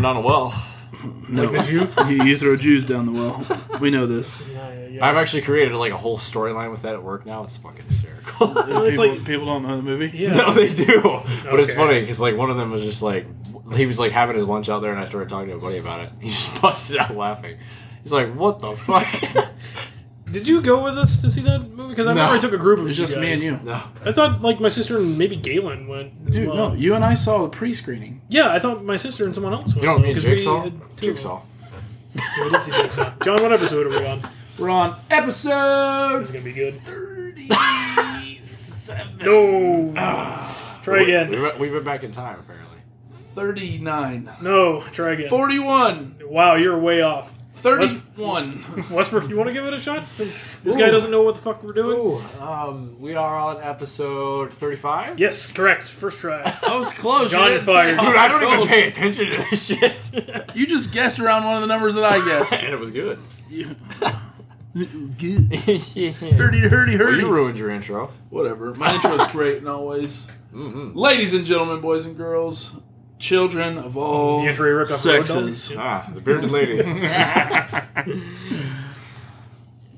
Not a well. No. Like the Jew? you, you throw Jews down the well. We know this. Yeah, yeah, yeah. I've actually created like a whole storyline with that at work now. It's fucking hysterical. People, it's like- people don't know the movie. Yeah. no, they do. But it's Okay. funny because like one of them was just like he was like having his lunch out there, and I started talking to a buddy about it. He just busted out laughing. He's like, "What the fuck?" Did you go with us to see that movie? Because I No. remember I took a group of It's just you me and guys. you. no, I thought like my sister and maybe Galen went. As Dude, well. no, you and I saw the pre-screening. Yeah, I thought my sister and someone else went. you don't though, mean 'cause we Jigsaw. had two of Jigsaw. them. Yeah, we did see Jigsaw. John, what episode are we on? We're on It's episode. gonna be good. Thirty-seven. No. try We, again. went- we went back in time apparently. 39. No. Try again. 41. Wow, you're way off. 31. Westbrook, you want to give it a shot since this guy doesn't know what the fuck we're doing? Ooh, um, we are on episode thirty-five. Yes, correct. First try. I was close. John you didn't say fired. how Dude, I don't even cold. pay attention to this shit. You just guessed around one of the numbers that I guessed. and it was good. It was good. Well, Hurdy, hurdy, hurdy. you ruined your intro. Whatever. My intro's great and always. Mm-hmm. Ladies and gentlemen, boys and girls, children of all The intro you ripped off Road Dogg? sexes, Ah, the bearded lady.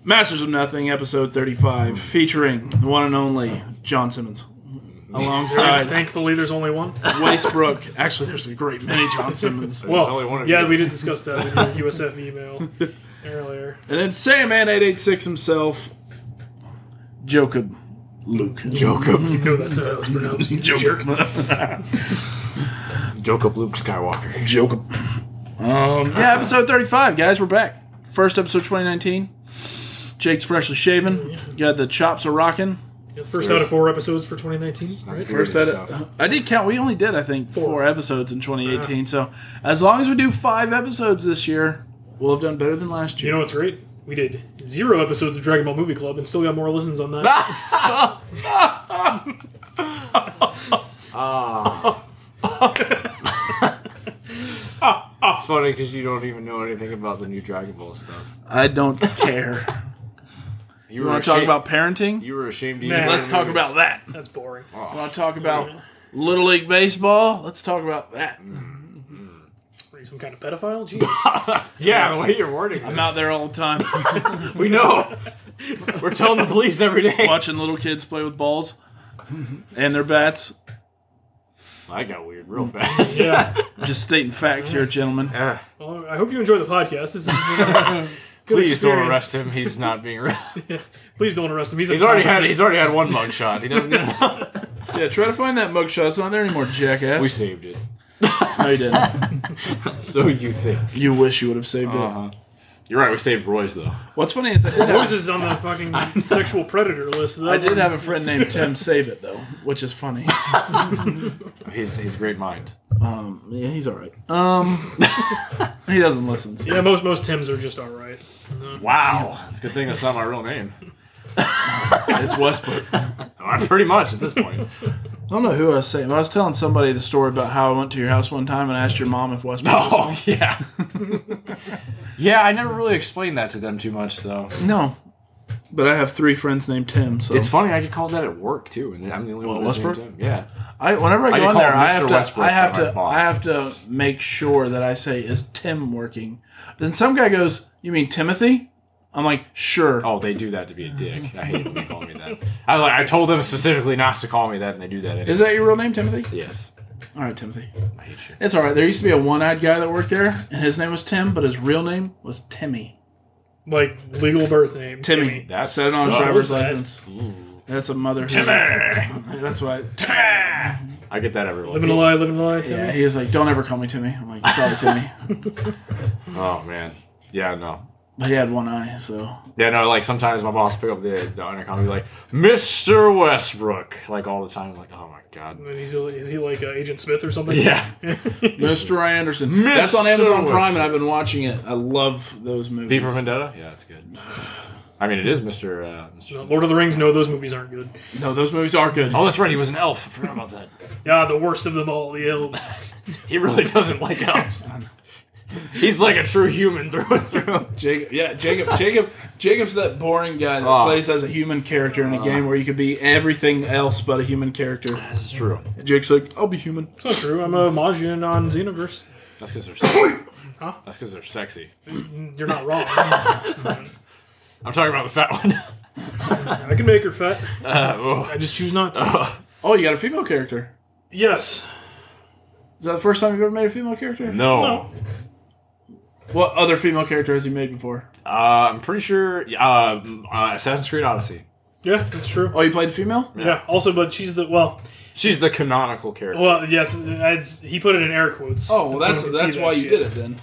Masters of Nothing, episode 35, featuring the one and only John Simmons. Alongside Thankfully, there's only one. Westbrook. Actually, there's a great many John Simmons. Well, only one of yeah, you. we did discuss that with your USF email earlier. And then Sam Man 886 himself, Jacob Luke. Jacob. No, that's how it was pronounced. Jacob. Jacob Luke Skywalker. Jacob. Um, yeah, episode 35, guys. We're back. First episode 2019. Jake's freshly shaven. Got the chops are rocking. First out of four episodes for 2019, right? First Weird edit. stuff. I did count. We only did, I think, four, episodes in 2018. So as long as we do five episodes this year, we'll have done better than last You year. know what's great? We did zero episodes of Dragon Ball Movie Club and still got more listens on that. Ah! It's funny because you don't even know anything about the new Dragon Ball stuff. I don't care. You you were want to talk ashamed- about parenting? You were ashamed. to Nah. even Let's know talk it was- about that. That's boring. Want to talk about Little League Baseball? Let's talk about that. Were you some kind of pedophile? Jeez. Yeah, the way you're wording I'm this. out there all the time We know. We're telling the police every day. watching little kids play with balls and their bats. I got weird real fast. yeah. Just stating facts here, gentlemen. Ah. Well, I hope you enjoy the podcast. This is a good Please don't experience. arrest him. He's not being arrested. Please don't arrest him. He's, He's already had. He's already had one mug shot. He doesn't. Yeah, try to find that mugshot. It's not there anymore, jackass. we saved it. no, you didn't. So you think? You wish you would have saved it. Uh-huh. You're right. We saved Roy's though. What's funny is I did have- Rose is on the fucking sexual predator list. That I did one- have a friend named Tim save it though, which is funny. He's he's great mind. Um, yeah, he's all right. Um, he doesn't listen. so- Yeah, most most Tims are just all right. Wow. It's a good thing that's not my real name. It's Westbrook. I Uh, Pretty much at this point. don't know who I was saying. but I was telling somebody the story about how I went to your house one time and asked your mom if Westbrook. Oh yeah. yeah, I never really explained that to them too much though. Was no, but I have three friends named Tim. So It's funny. I get called that at work too, and I'm the only one. that's named Westbrook? Tim. Yeah. I, whenever I I go get in called there, I Mr. have to, Westbrook I have by my to, boss. I have to make sure that I say, "Is Tim working?" Then some guy goes, "You mean Timothy?" I'm like, "Sure." Oh, they do that to be a dick. I hate when they call me that. I like. I told them specifically not to call me that, and they do that. Anyway. Is that your real name, Timothy? Yes. All right, Timothy. I hate you. It's all right. There used to be a one-eyed guy that worked there, and his name was Tim, but his real name was Timmy. Like legal birth name. Timmy. Timmy. That Said it on his sucks. driver's What was license. That's a mother. That's why. I get that every once Living a in a lie, living a lie. Timmy. Yeah, he was like, "Don't ever call me Timmy." I'm like, "Sorry, Timmy." while. Oh man. Yeah, no. But he had one eye, so Yeah, no, like sometimes my boss pick up the, the intercom and be like, Mr. Westbrook like all the time, like, oh my god. And He's, is he like uh, Agent Smith or something? Yeah. Mr. Anderson. That's on Mr. Amazon Prime, Westbrook. and I've been watching it. I love those V movies. for Vendetta? Yeah, it's good. I mean it is Mr. Uh, Mr. Lord of the Rings. No, those movies aren't good. No, those movies are good. Oh that's right, he was an elf. I forgot about that. Yeah, the worst of them all, the elves. He really doesn't like elves. He's like a true human through and through. Jacob, yeah, Jacob, Jacob, Jacob's that boring guy that Oh. plays as a human character in a game where you could be everything else but a human character. This is true. Jake's like, "I'll be human." It's not true. I'm a Magian on Xenoverse. That's because they're sexy. Huh? That's because they're sexy. Mm, You're not wrong. I'm talking about the fat one. I can make her fat. Uh, oh. I just choose not to. Oh, you got a female character. Yes. Is that the first time you've ever made a female character? No. No. What other female character has you made before? Uh, I'm pretty sure. Uh, uh, Assassin's Creed Odyssey. Yeah, that's true. Oh, you played female? Yeah. Also, but she's the well. She's the canonical character. Well, yes. As he put it in air quotes. Oh, well, that's since no one can that's see why that you shit. did it then.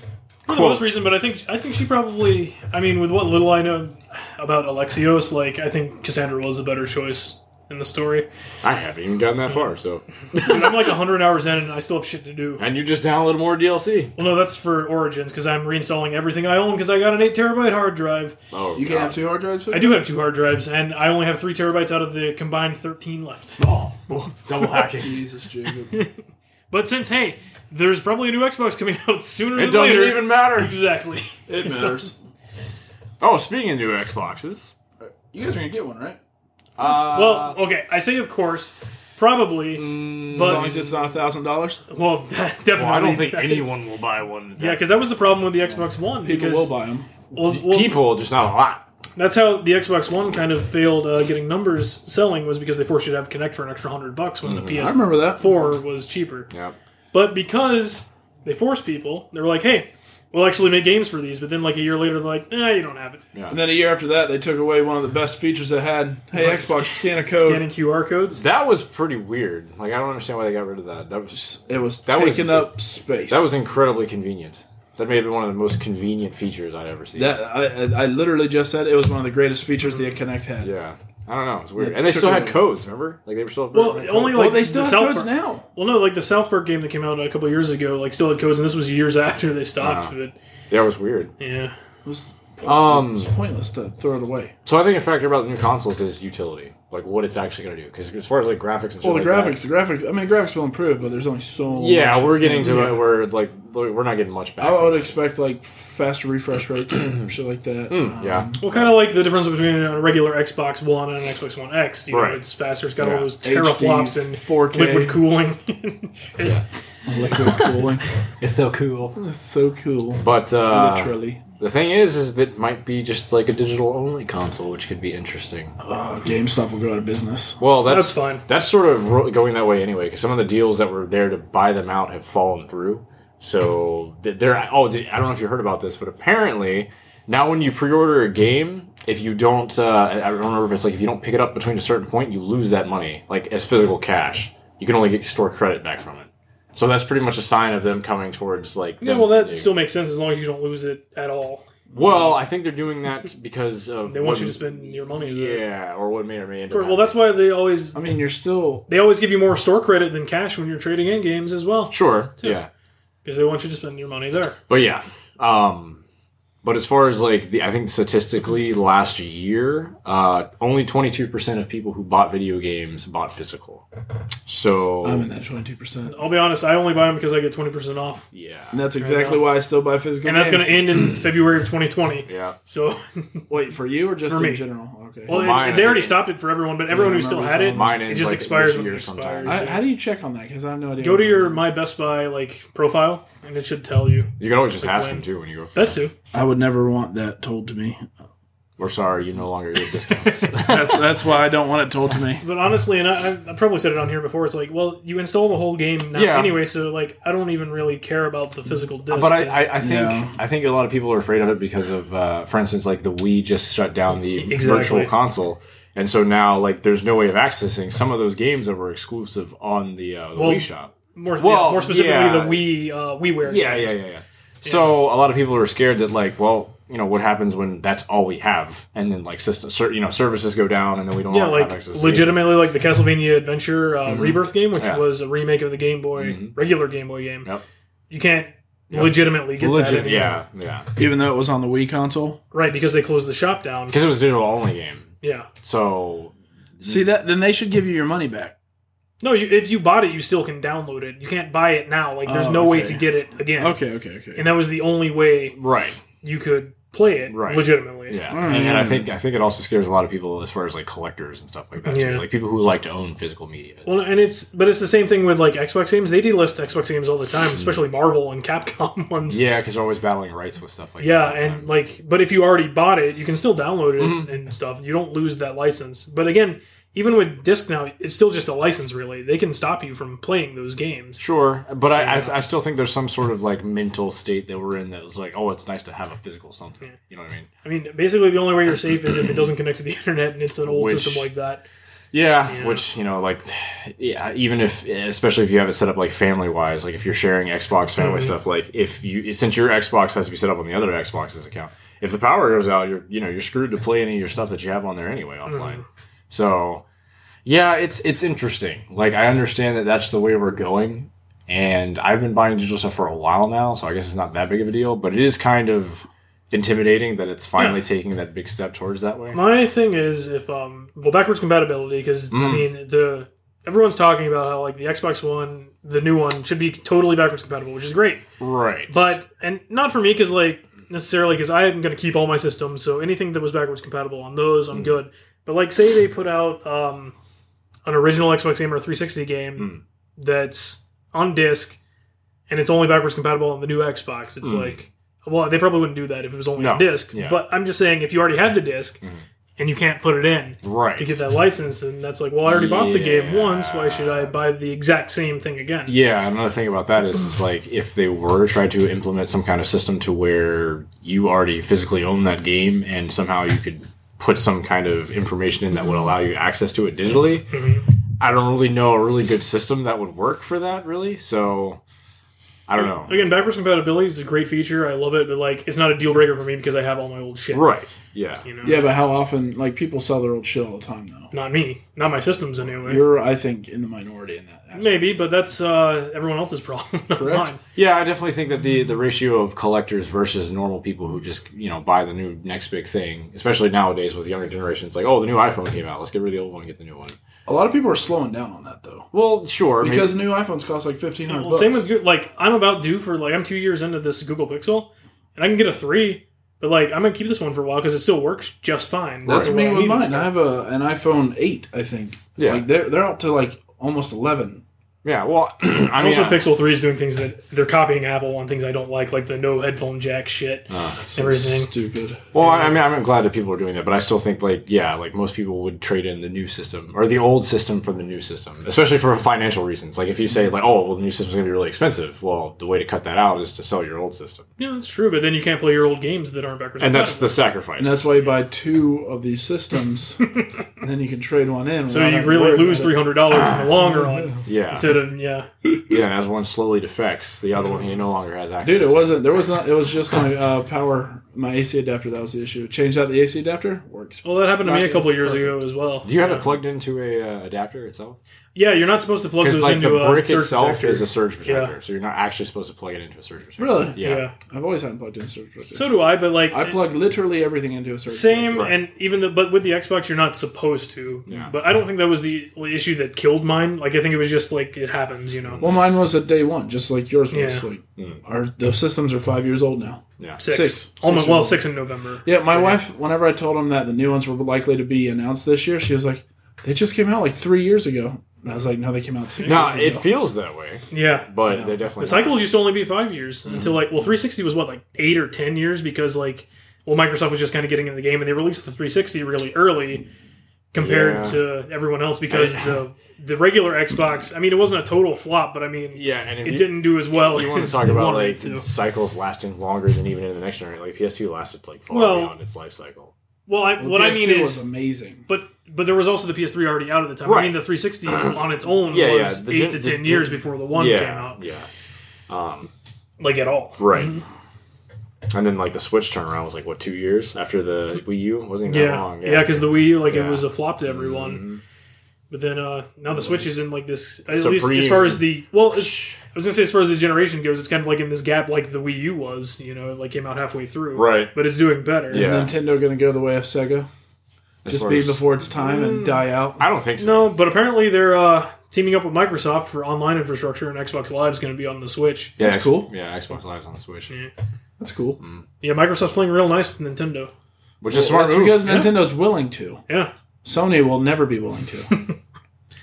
For the most Quote. reason, but I think I think she probably. I mean, with what little I know about Alexios, like I think Cassandra was a better choice in the story. I haven't even gotten that far, so. And I'm like hundred hours in, and I still have shit to do. And you just downloaded more DLC. Well, no, that's for Origins because I'm reinstalling everything I own because I got an eight terabyte hard drive. Oh, You God. can't have two hard drives. I do have two hard drives, and I only have three terabytes out of the combined thirteen left. Oh, well, double hacking. Jesus, Jacob. But since hey, there's probably a new Xbox coming out sooner it than doesn't later. even matter. exactly. it matters. Oh, speaking of new Xboxes. You guys are gonna get one, right? Uh, well, okay, I say of course, probably. as But- long as it's not a thousand dollars, Well, definitely. well, I don't think that- anyone will buy one. Yeah, because that was the problem with the Xbox One. people because will buy them. well, well, people, just not a lot. That's how the Xbox One kind of failed uh, getting numbers selling was because they forced you to have Connect for an extra hundred bucks Mm, when the I PS4 remember that. was cheaper. Yep. But because they forced people, they were like, "Hey, we'll actually make games for these." But then, like a year later, they're like, "Nah, you don't have it." And then a year after that, they took away one of the best features they had. Hey, Right, Xbox, scan a code. Scanning QR codes. That was pretty weird. Like, I don't understand why they got rid of that. That was It was That was- taking up space. that was incredibly convenient. That may have been one of the most convenient features I've ever seen. That I, I, I literally just said it was one of the greatest features the Connect had. yeah. I don't know. It's weird. They and they took still it had away. codes, remember? Like, they were still. Well, had only codes. Well, like they still the have South codes Park- now. Well, no, like the South Park game that came out a couple years ago, like still had codes, and this was years after they stopped. Yeah, it was weird. But yeah, It was, Um, it was pointless to throw it away. So I think a factor about the new consoles is utility, like what it's actually going to do. Because as far as like graphics and shit Well, the like that- graphics, the graphics. I mean, the graphics will improve, but there's only so. yeah, much we're you getting can to do. it where like look, we're not getting much back. I from would it. expect like faster refresh rates, and shit like that. Um, yeah, well, kind of like the difference between a regular Xbox One and an Xbox One X. You Right. know, it's faster. It's got Yeah. all those HD, teraflops and 4K. liquid cooling. liquid cooling. it's so cool. so cool. But uh, Literally, the thing is, is that it might be just like a digital only console, which could be interesting. uh, GameStop will go out of business. Well, that's, That's fine. That's sort of ro- going that way anyway, because some of the deals that were there to buy them out have fallen through. So th- they're oh, did, I don't know if you heard about this, but apparently now when you pre-order a game, if you don't, uh, I I don't remember if it's like if you don't pick it up between a certain point, you lose that money, like as physical cash. You can only get store credit back from it. So that's pretty much a sign of them coming towards like. Yeah, them- well, that still makes sense as long as you don't lose it at all. Well, I think they're doing that because of They want what- you to spend your money. there. Yeah, or what may or may end up. Or- Well, that's why they always I mean, you're still they always give you more store credit than cash when you're trading in games as well, sure. Yeah. because they want you to spend your money there. But yeah, um, but as far as like the, I think statistically last year, uh, only twenty two percent of people who bought video games bought physical. So I'm in that 22. percent I'll be honest, I only buy them because I get twenty percent off, yeah, And that's exactly why I still buy physical. and that's going games. to end in February of 2020. yeah. So, Wait for you or just For in me. general? Okay. well, Mine, it- I they already think- stopped it for everyone, but everyone who Yeah, I still remember had telling it, Mine it ends, just like, expires this when it year expires. sometime. I, how do you check on that? Because I have no idea. Go to what your it is. My Best Buy like profile, and it should tell you You can always just ask when- them too when you go. that too. I would never want that told to me. We're sorry, you no longer get discounts. That's that's why I don't want it told to me. But honestly, and I, I- I probably said it on here before, it's like, well, you install the whole game now Yeah. anyway, so like, I don't even really care about the physical disc. but I, It's- I, I think Yeah. I think a lot of people are afraid of it because of, uh, for instance, like the Wii just shut down the Exactly. virtual console, and so now like there's no way of accessing some of those games that were exclusive on the, uh, the Well, Wii Shop. more, yeah, well, more specifically yeah. the Wii uh, WiiWare. Yeah, yeah, games. yeah, yeah. So a lot of people are scared that like, well, you know, what happens when that's all we have, and then like system, ser- you know, services go down, and then we don't Yeah, have like access to legitimately, like the Castlevania Adventure uh, Rebirth game, which Mm-hmm. Yeah. Mm-hmm. was a remake of the Game Boy regular Game Boy game. Yep. You can't legitimately the- get that legit, anymore. yeah, yeah, Even though it was on the Wii console. right because they closed the shop down. because it was a digital only game. Yeah, So See that? Then they should give you your money back. no, you, if you bought it, you still can download it. You can't buy it now. Like there's Oh, no way okay. to get it again. Okay, okay, okay. and that was the only way. right, you could play it Right. legitimately. Yeah, and, Mm. and I think I think it also scares a lot of people as far as like collectors and stuff like that. too. Yeah. Like people who like to own physical media. Well, and it's but it's the same thing with like Xbox games. They delist Xbox games all the Hmm. time, especially Marvel and Capcom ones. Yeah, because they're always battling rights with stuff like Yeah, that. all the and time. Mm-hmm. like, but if you already bought it, you can still download it and stuff. You don't lose that license. But again, even with disc now, it's still just a license. Really, they can stop you from playing those games. sure, but I, I I still think there's some sort of like mental state that we're in that was like, oh, it's nice to have a physical something. You know what I mean? I mean, basically, the only way you're safe is if it doesn't connect to the internet and it's an old Which- system like that. Yeah, which you know, like, yeah, even if, especially if you have it set up like family wise, like if you're sharing Xbox family stuff, like if you since your Xbox has to be set up on the other Xbox's account, if the power goes out, you're you know you're screwed to play any of your stuff that you have on there anyway offline. So, yeah, it's it's interesting. Like I understand that that's the way we're going, and I've been buying digital stuff for a while now, so I guess it's not that big of a deal, but it is kind of intimidating that it's finally taking that big step towards that way. My thing is if um well backwards compatibility because Mm. I mean the everyone's talking about how like the Xbox One the new one should be totally backwards compatible which is great Right, but and not for me because like necessarily because I'm gonna keep all my systems so anything that was backwards compatible on those Hmm. I'm good but like say they put out um an original Xbox game or a 360 game Hmm. that's on disc and it's only backwards compatible on the new Xbox it's like well they probably wouldn't do that if it was only Hmm. No. on disc Yeah. Hmm. but I'm just saying if you already had the disc and you can't put it in right to get that license, and that's like, well, I already bought the game Yeah. once. Why should I buy the exact same thing again? Yeah, another thing about that is, is like if they were trying to implement some kind of system to where you already physically own that game and somehow you could put some kind of information in that would allow you access to it digitally, I don't really know a really good system that would work for that really. So I don't know. Again, backwards compatibility is a great feature. I love it, but like, it's not a deal breaker for me because I have all my old shit. Right. Yeah. You know? Yeah, but how often? Like people sell their old shit all the time, though. Not me. Not my systems anyway. You're, I think, in the minority in that. Aspect. Maybe, but that's uh, everyone else's problem, not Correct. mine. Yeah, I definitely think that the the ratio of collectors versus normal people who just you know buy the new next big thing, especially nowadays with younger generations, like oh the new iPhone came out, let's get rid of the old one and get the new one. A lot of people are slowing down on that though, Well, sure, maybe- because new iPhones cost like fifteen hundred. Well, same with Goo- like I'm about due for like I'm two years into this Google Pixel, and I can get a three, but like I'm gonna keep this one for a while because it still works just fine. That's Right. me What I with need it mine. to I have a an iPhone eight, I think. Yeah. like they're they're up to like almost eleven. Yeah, well, I mean, Also, I- Pixel Three is doing things that they're copying Apple on things I don't like, like the no headphone jack shit, Ah. everything. Stupid. well, I I mean, I'm glad that people are doing that, but I still think, like, yeah, like most people would trade in the new system or the old system for the new system, especially for financial reasons. Like, if you say, like, oh, well, the new system's going to be really expensive, well, the way to cut that out is to sell your old system, Yeah, that's true. But then you can't play your old games that aren't backwards. and that's compatible. the sacrifice. And that's why you buy two of these systems, and then you can trade one in. so you really lose three hundred dollars in the longer run yeah, instead of yeah. yeah. As one slowly defects, the other one he no longer has access. Dude, it to. wasn't. There was not. It was just my uh, power, my AC adapter. That was the issue. Change out the AC adapter. Works. Well, that happened to me a Rocket, couple years perfect. ago as well. Do you have yeah. it plugged into a uh, adapter itself? Yeah, you're not supposed to plug Because those like into uh, the a brick surge itself protector. is a surge protector, so you're not actually supposed to plug it into a surge protector. Really? Yeah. yeah. I've always had it plugged in surge protector. So do I, but like I plug literally everything into a surge. same Right. and even the but with the Xbox you're not supposed to. Yeah. But I don't think that was the issue that killed mine. Like I think it was just like it happens, you know. Well, mine was at day one, just like yours was. Yeah. Like, Mm. our those systems are five years old now. Yeah. six. six. Almost Six well, years six in November. Yeah, my wife. Whenever I told them that the new ones were likely to be announced this year, she was like, "They just came out like three years ago." And I was like, "No, they came out six No, years it ago." feels that way, Yeah. but they definitely The cycle used to only be five years Mm-hmm. until like well, 360 was what like eight or ten years because like well, Microsoft was just kind of getting in the game and they released the 360 really early compared Yeah. to everyone else because the the regular Xbox. I mean, it wasn't a total flop, but I mean, Yeah, and if it you, didn't do as well. you want as to talk they about wanted like it to. cycles lasting longer than even in the next generation. Like PS2 lasted like far Well- beyond its life cycle. well, I, Well, what I mean PS2 was is, amazing. but but there was also the PS3 already out at the time. I Right. mean, the 360 on its own Yeah, yeah, was the eight gen- to the ten gen- years before the one yeah, came out, yeah, like at all. right. Mm-hmm. And then like the Switch turnaround was like what two years after the Wii U It wasn't even that Yeah, long. yeah, because the Wii U, like Yeah. Mm-hmm. it was a flop to everyone. But then uh, now the Switch is in like this. At least Supreme. as far as the well, as, I was gonna say as far as the generation goes, it's kind of like in this gap, like the Wii U was. You know, it like came out halfway through. Right. But it's doing better. Yeah. Nintendo going to go the way of Sega? As Just far be as- before its time Mm. and die out. I don't think so. No, but apparently they're uh, teaming up with Microsoft for online infrastructure, and Xbox Live is going to be on the Switch. yeah, that's Xbox- cool. Yeah, Xbox Live's on the Switch. Yeah. That's cool. Yeah, Microsoft's playing real nice with Nintendo. which Well, is a smart that's move. because Yeah. Nintendo's willing to. Yeah, Sony will never be willing to.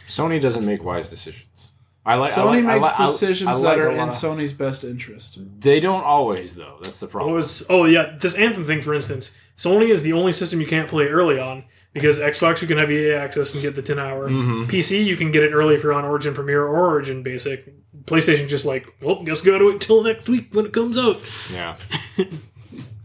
Sony doesn't make wise decisions. I like I Sony like- I makes like- I- I decisions like that a are lot in of- Sony's best interest. They don't always though. That's the what problem. was? Oh yeah, this Anthem thing, for instance. Sony is the only system you can't play early on because Xbox you can have EA access and get the ten hour. Mm-hmm. PC you can get it early if you're on Origin Premier or Origin Basic. PlayStation just like, well, guess gotta wait till next week when it comes out. yeah.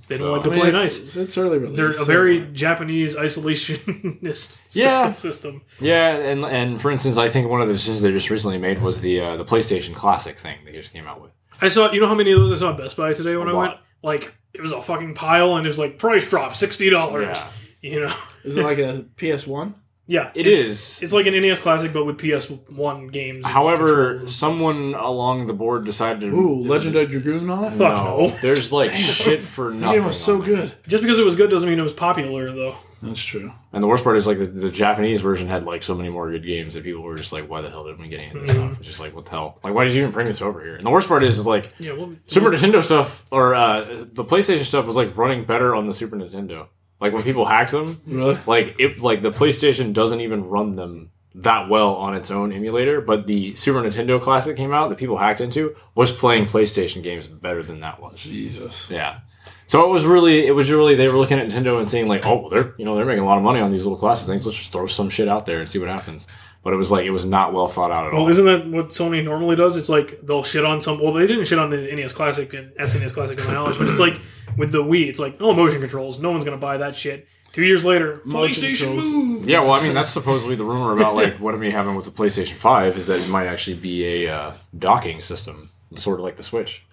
They don't So- like I to I mean, play it's, nice. it's early release. They're so- a very Japanese isolationist Yeah. system. Yeah, and and for instance, I think one of the decisions they just recently made was the uh, the PlayStation Classic thing they just came out with. I saw. You know how many of those I saw at Best Buy today when A I lot. went. Like it was a fucking pile, and it was like price drop sixty dollars. Yeah. You know. Is it like a PS One? Yeah, It is. It's like an NES Classic, but with PS One games. and However, controls. someone along the board decided to Ooh, it was- Legend of Dragoon and all that. Fuck no. There's like shit for nothing. That game was so on there. good. just because it was good doesn't mean it was popular, though. That's true. And the worst part is like the, the Japanese version had like so many more good games that people were just like, why the hell did we get any of this Mm-hmm. stuff? It's just like, what the hell? Like, why did you even bring this over here? And the worst part is, is like Yeah, well, Super Nintendo stuff or uh, the PlayStation stuff was like running better on the Super Nintendo. Like when people hacked them, Really? like it like the PlayStation doesn't even run them that well on its own emulator, but the Super Nintendo classic came out that people hacked into was playing PlayStation games better than that was. Jesus. Yeah. So it was really, it was really they were looking at Nintendo and saying like, oh, well, they're you know they're making a lot of money on these little classic things. Let's just throw some shit out there and see what happens. But it was like it was not well thought out at well, all. isn't that what Sony normally does? It's like they'll shit on some. Well, they didn't shit on the NES Classic and SNES Classic, to my knowledge, but it's like with the Wii, it's like oh, motion controls. No one's gonna buy that shit. Two years later, Motion PlayStation controls. Move. Yeah, well, I mean that's supposedly the rumor about like what me having with the PlayStation Five is that it might actually be a uh, docking system, sort of like the Switch.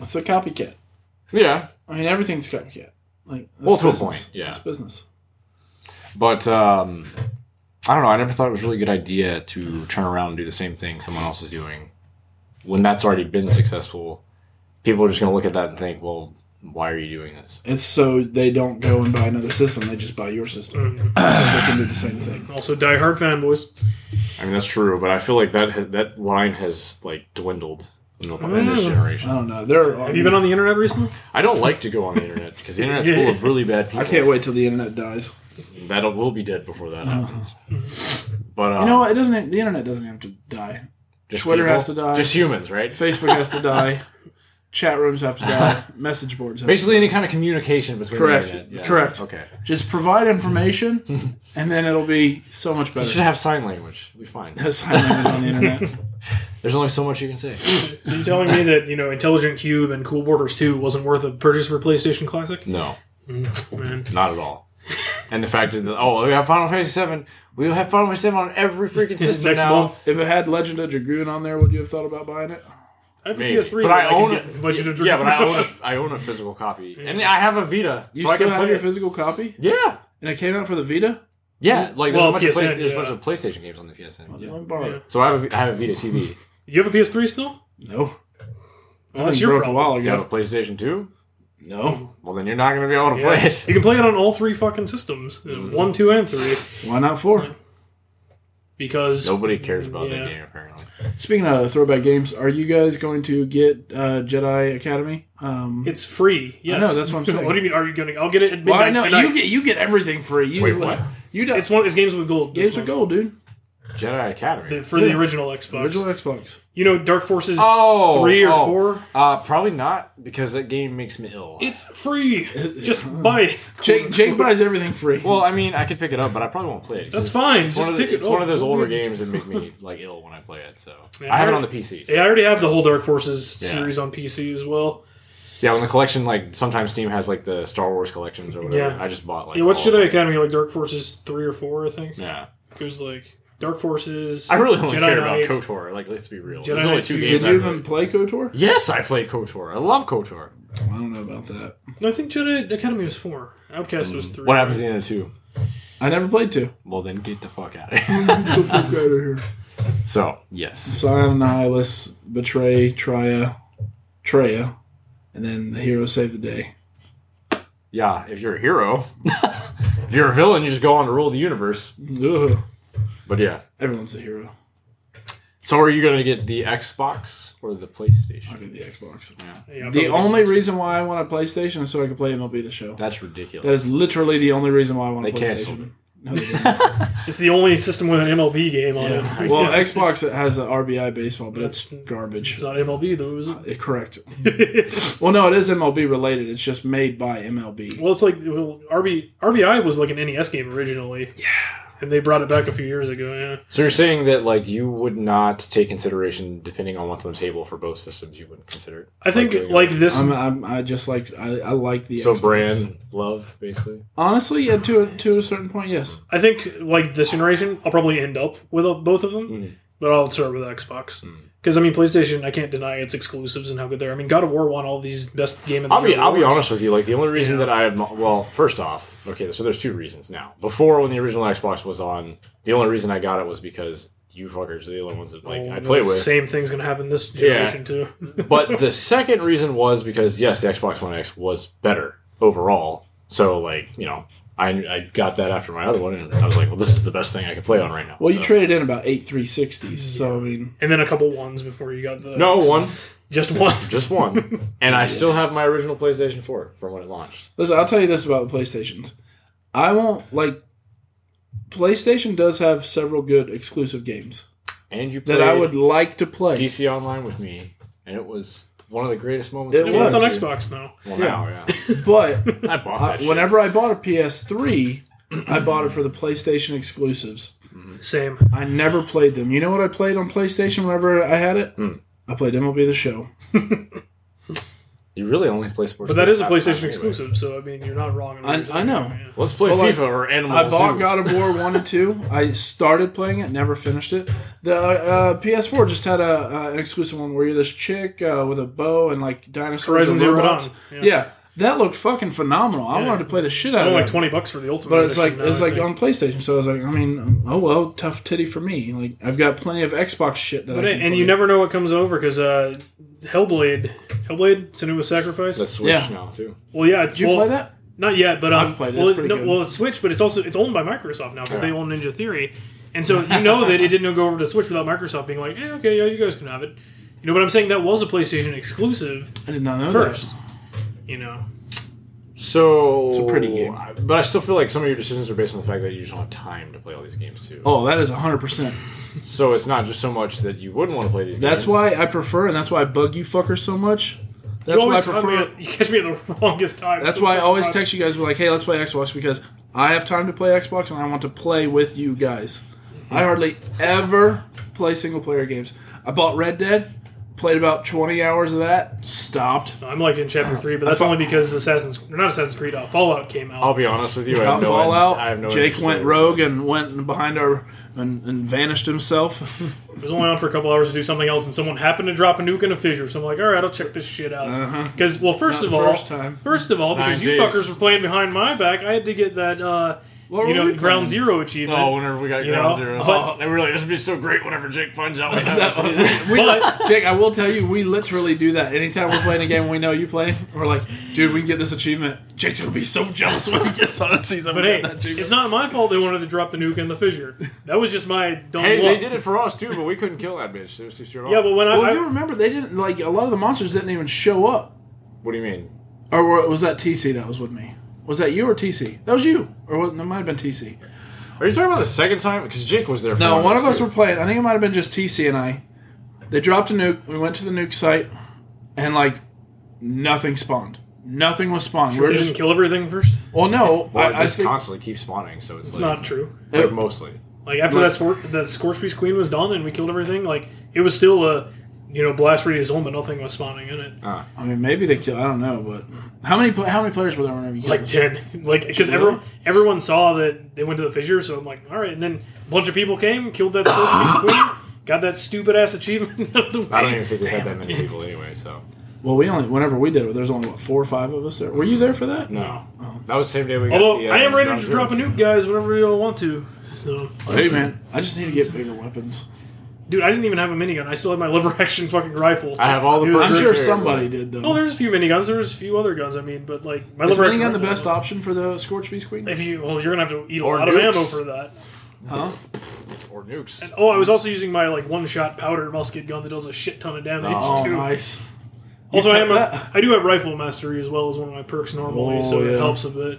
It's a copycat. Yeah, I mean, everything's a copycat. Like, that's Well, to a business. point, yeah. That's business. but um, I don't know. I never thought it was a really good idea to turn around and do the same thing someone else is doing when that's already been successful. People are just going to look at that and think, well, why are you doing this? It's so they don't go and buy another system; they just buy your system. Mm. so they can do the same thing. Also, Die Hard fanboys. I mean, that's true, but I feel like that has, that line has like dwindled in, the, in this I generation. don't know. There. Have you been on the internet recently? I don't like to go on the internet because the internet's full of really bad people. I can't wait till the internet dies. That'll will be dead before that happens. But um, You know what? It doesn't. The internet doesn't have to die. Just Twitter people- has to die. Just humans, right? Facebook has to die. Chat rooms have to die. Message boards. Have to Basically, any kind of communication between Correct. The internet. Correct. Okay. Just provide information, and then it'll be so much You should better. have sign language. It'll be fine. Sign language on the internet. There's only so much you can say. So you telling me that you know Intelligent Cube and Cool Borders Two wasn't worth a purchase for PlayStation Classic? No, Mm, Man, not at all. And the fact that oh, we have Final Fantasy Seven. We'll have Final Fantasy Seven on every freaking system Next now. month. If it had Legend of Dragoon on there, would you have thought about buying it? I have a Maybe. PS3, but I, own can get Legend of it. Yeah, but I Dragoon. own a, I own a physical copy, and I have a Vita, You so I still can have play your it. physical copy, Yeah, and it came out for the Vita. yeah. Like there's Well, a bunch of PSN, play, there's a bunch yeah. of PlayStation games on the PSN. Let Yeah. me borrow it. So I have a, I have a Vita TV. You have a PS3 still? No, Well, I that's think your broke a problem. while You have a ago. PlayStation Two. No, Well, then you're not going to be able to Yeah. play it. You can play it on all three fucking systems, uh, Mm-hmm. one, two, and three, why not four? because Nobody cares about Yeah. that game apparently. Speaking of throwback games, are you guys going to get uh, Jedi Academy? Um, it's free. Yes. know, that's what I'm saying. what do you mean? Are you going to? I'll get it at midnight well, I know tonight. you get you get everything free. You Wait, just, like, what? You die. it's one. It's games with gold. this games are month. gold, dude. Jedi Academy. The- for Yeah. the original Xbox. Original Xbox. You know, Dark Forces Oh, three or oh. four. Uh, probably not because that game makes me ill. It's free. Just buy it. Jake Jake buys everything free. well, I mean, I could pick it up, but I probably won't play it. That's fine. It's, Just one of, the- pick it it's one up. of those older games that make me like ill when I play it. So Yeah, I have I- it on the PC. so- Yeah, I already have the whole Dark Forces Yeah. series on PC as well. Yeah, when the collection like sometimes Steam has like the Star Wars collections or whatever. Yeah. I just bought like. Yeah, what all should of I them. Academy like Dark Forces three or four? I think Yeah, it was like Dark Forces. I really only Jedi care about Knight. KOTOR. Like, let's be real. Jedi There's only Knight two two. games. Did I you even really- play KOTOR? Yes, I played KOTOR. I love KOTOR. I don't know about that. No, I think Jedi Academy was four. Outcast was three. Mm. What happens at the end of two? I never played two. Well, then get the fuck out of here. Get the fuck out of here. so yes, Sion, Nihilus, Betray, Tria, Treya, and then the hero save the day. yeah. If you're a hero, if you're a villain, you just go on to rule the universe. Ugh. But yeah. Everyone's the hero. So are you going to get the Xbox or the PlayStation? I'll get the Xbox. Yeah, I'll probably The get only reason why I want a PlayStation is so I can play MLB The Show. That's That ridiculous. is literally the only reason why I want a They canceled PlayStation. No, they didn't. It's the only system with an MLB game on it. well, Xbox has an RBI baseball, but it's garbage. it's not MLB though. Is Uh, correct. it? Mm-hmm. Well, no, it is MLB related. It's just made by MLB. well, it's like well, RB, RBI was like an NES game originally. Yeah. And they brought it back a few years ago. Yeah. So you're saying that like you would not take consideration depending on what's on the table for both systems. You wouldn't consider it. I think doing like this. I'm, I'm, I just like I, I like the it. so Xbox. brand love basically. Honestly, yeah, to a, to a certain point, yes. I think like this generation, I'll probably end up with uh, both of them, Mhm. but I'll start with Xbox Mm. because I mean PlayStation. I can't deny its exclusives and how good they are. I mean, God of War won all these best game of the I'll be year I'll be awards. honest with you. Like the only reason Yeah. that I have not- well, first off, okay, so there's two reasons now. Before when the original Xbox was on, the only reason I got it was because you fuckers are the only ones that like Well, I the play with. Same thing's gonna happen this generation too. but the second reason was because yes, the Xbox One X was better overall. So like you know, I I got that after my other one, and I was like, well, this is the best thing I can play on right now. Well, you So- traded in about eight 360s, so I mean, and then a couple ones before you got the No one, just one. just one, and I still have my original PlayStation Four from when it launched. listen, I'll tell you this about the PlayStations. I won't like. PlayStation does have several good exclusive games And you played that I would like to play. DC Online with me, and it was one of the greatest moments. It of Well, gaming. it's on was. Xbox now. Well, now, yeah. But I bought I, that. shit. whenever I bought a PS3, I bought it for the PlayStation exclusives. Same. I never played them. You know what I played on PlayStation whenever I had it? Hmm. I played MLB The Show. you really only play sports, But that is games half the a time PlayStation anyway. exclusive, so I mean, you're not wrong. I- I know. Let's play Well, like, FIFA or Animal I bought Zoo. God of War 1 and 2. I started playing it, never finished it. The uh, uh, PS4 just had a, uh, an exclusive one where you're this chick uh, with a bow and like dinosaurs. Horizon and Zero robots. Dawn, Yeah. yeah. That looked fucking phenomenal. I Yeah. wanted to play the shit It's out of only it. like twenty bucks for the ultimate. But it's like edition now, it's I like think. on PlayStation, so I was like, I mean, oh well, tough titty for me. Like I've got plenty of Xbox shit that But I it- can and play. you never know what comes over because uh, Hellblade, Hellblade, Senua's Sacrifice. The Switch Yeah. now too. well, yeah, it's Did you well, play that? Not yet, but um, I've played it. Well, It's pretty no, good. well, it's Switch, but it's also it's owned by Microsoft now because Yeah. they own Ninja Theory, and so you know that it didn't go over to Switch without Microsoft being like, eh, okay, yeah, you guys can have it. You know, but I'm saying that was a PlayStation exclusive I did not know first. You know, So it's a pretty game. but I still feel like some of your decisions are based on the fact that you just don't have time to play all these games too. That. Oh, that is hundred percent. So it's not just so much that you wouldn't want to play these. That's games. why I prefer, and that's why I bug you fuckers so much. That's you why I always catch prefer. me at, you catch me at the wrongest time. that's so why I always much. text you guys with like, hey, let's play Xbox because I have time to play Xbox and I want to play with you guys. I hardly ever play single player games. I bought Red Dead, played about twenty hours of that, stopped. I'm like in chapter three, but that's thought- only because Assassin's or not Assassin's Creed, uh, Fallout came out. Oh. I'll be honest with you. I have Got no Fallout. I have no Jake interest went in- rogue and went behind our and, and vanished himself. It was only on for a couple hours to do something else, and someone happened to drop a nuke in a fissure. So I'm like, all right, I'll check this shit out. Because well, first Uh-huh. Not of the all, first time. first of all, because Nine you days. fuckers were playing behind my back, I had to get that uh, What you were we know playing? ground zero achievement. Oh, whenever we got You Ground know, Zero, but- oh, they were like, "This would be so great whenever Jake finds out we have this." We, But- Jake, I will tell you, we literally do that. Anytime we're playing a game we know you play, we're like, dude, we can get this achievement. Jake's gonna be so jealous when he gets on and sees I'm But hey, that achievement. it's not my fault they wanted to drop the nuke in the fissure. That was just my dumb Hey, they luck. did it for us too, but we couldn't kill that bitch. It was too strong. Yeah, but when well, I, if I you remember, they didn't like a lot of the monsters didn't even show up. what do you mean? Or were- was that TC that was with me? Was that you or TC? That was you, or was, it might have been TC. Are you talking about the second time? Because Jake was there. For No, one of us too. were playing. I think it might have been just TC and I. They dropped a nuke. We went to the nuke site, and like nothing spawned. Nothing was spawning. we you were didn't just kill everything first. well, no. Well, I, I this think, constantly keeps spawning, so it's, It's like, not true. like Uh, mostly. Like after that, Scor- that Scorch Beast Queen was done and we killed everything, like it was still a you know blast radius zone, but nothing was spawning in it. I mean, maybe they killed. I don't know, but how many pla- how many players were there whenever you killed? like ten, like because everyone everyone saw that they went to the fissure. So I'm like, all right, and then a bunch of people came, killed that Scorch Beast Queen, got that stupid ass achievement. out of the I don't way. even think we had Damn that it. many people anyway. So well, we only whenever we did it, there was only what four or five of us there. Were you there for that? no, that was the same day we. Although got the, uh, I am ready Ground to Zero. drop a nuke, guys, whenever you all want to. So, Hey man, I just need to get bigger weapons. dude, I didn't even have a minigun. I still had my lever action fucking rifle. I have all the It was I'm perks. great. sure Sure. somebody did though. Oh, there's a few miniguns. There's a few other guns. I mean, but like my Is lever action minigun the rifle- best option for the Scorch Beast Queen? If you well, you're gonna have to eat a Or lot nukes. of ammo for that. Huh? stuff or nukes. Oh, I was also using my like one shot powder musket gun that does a shit ton of damage Oh, too. nice. Also, You I kept am a, that? I do have rifle mastery as well as one of my perks normally, Oh, so it yeah. helps a bit.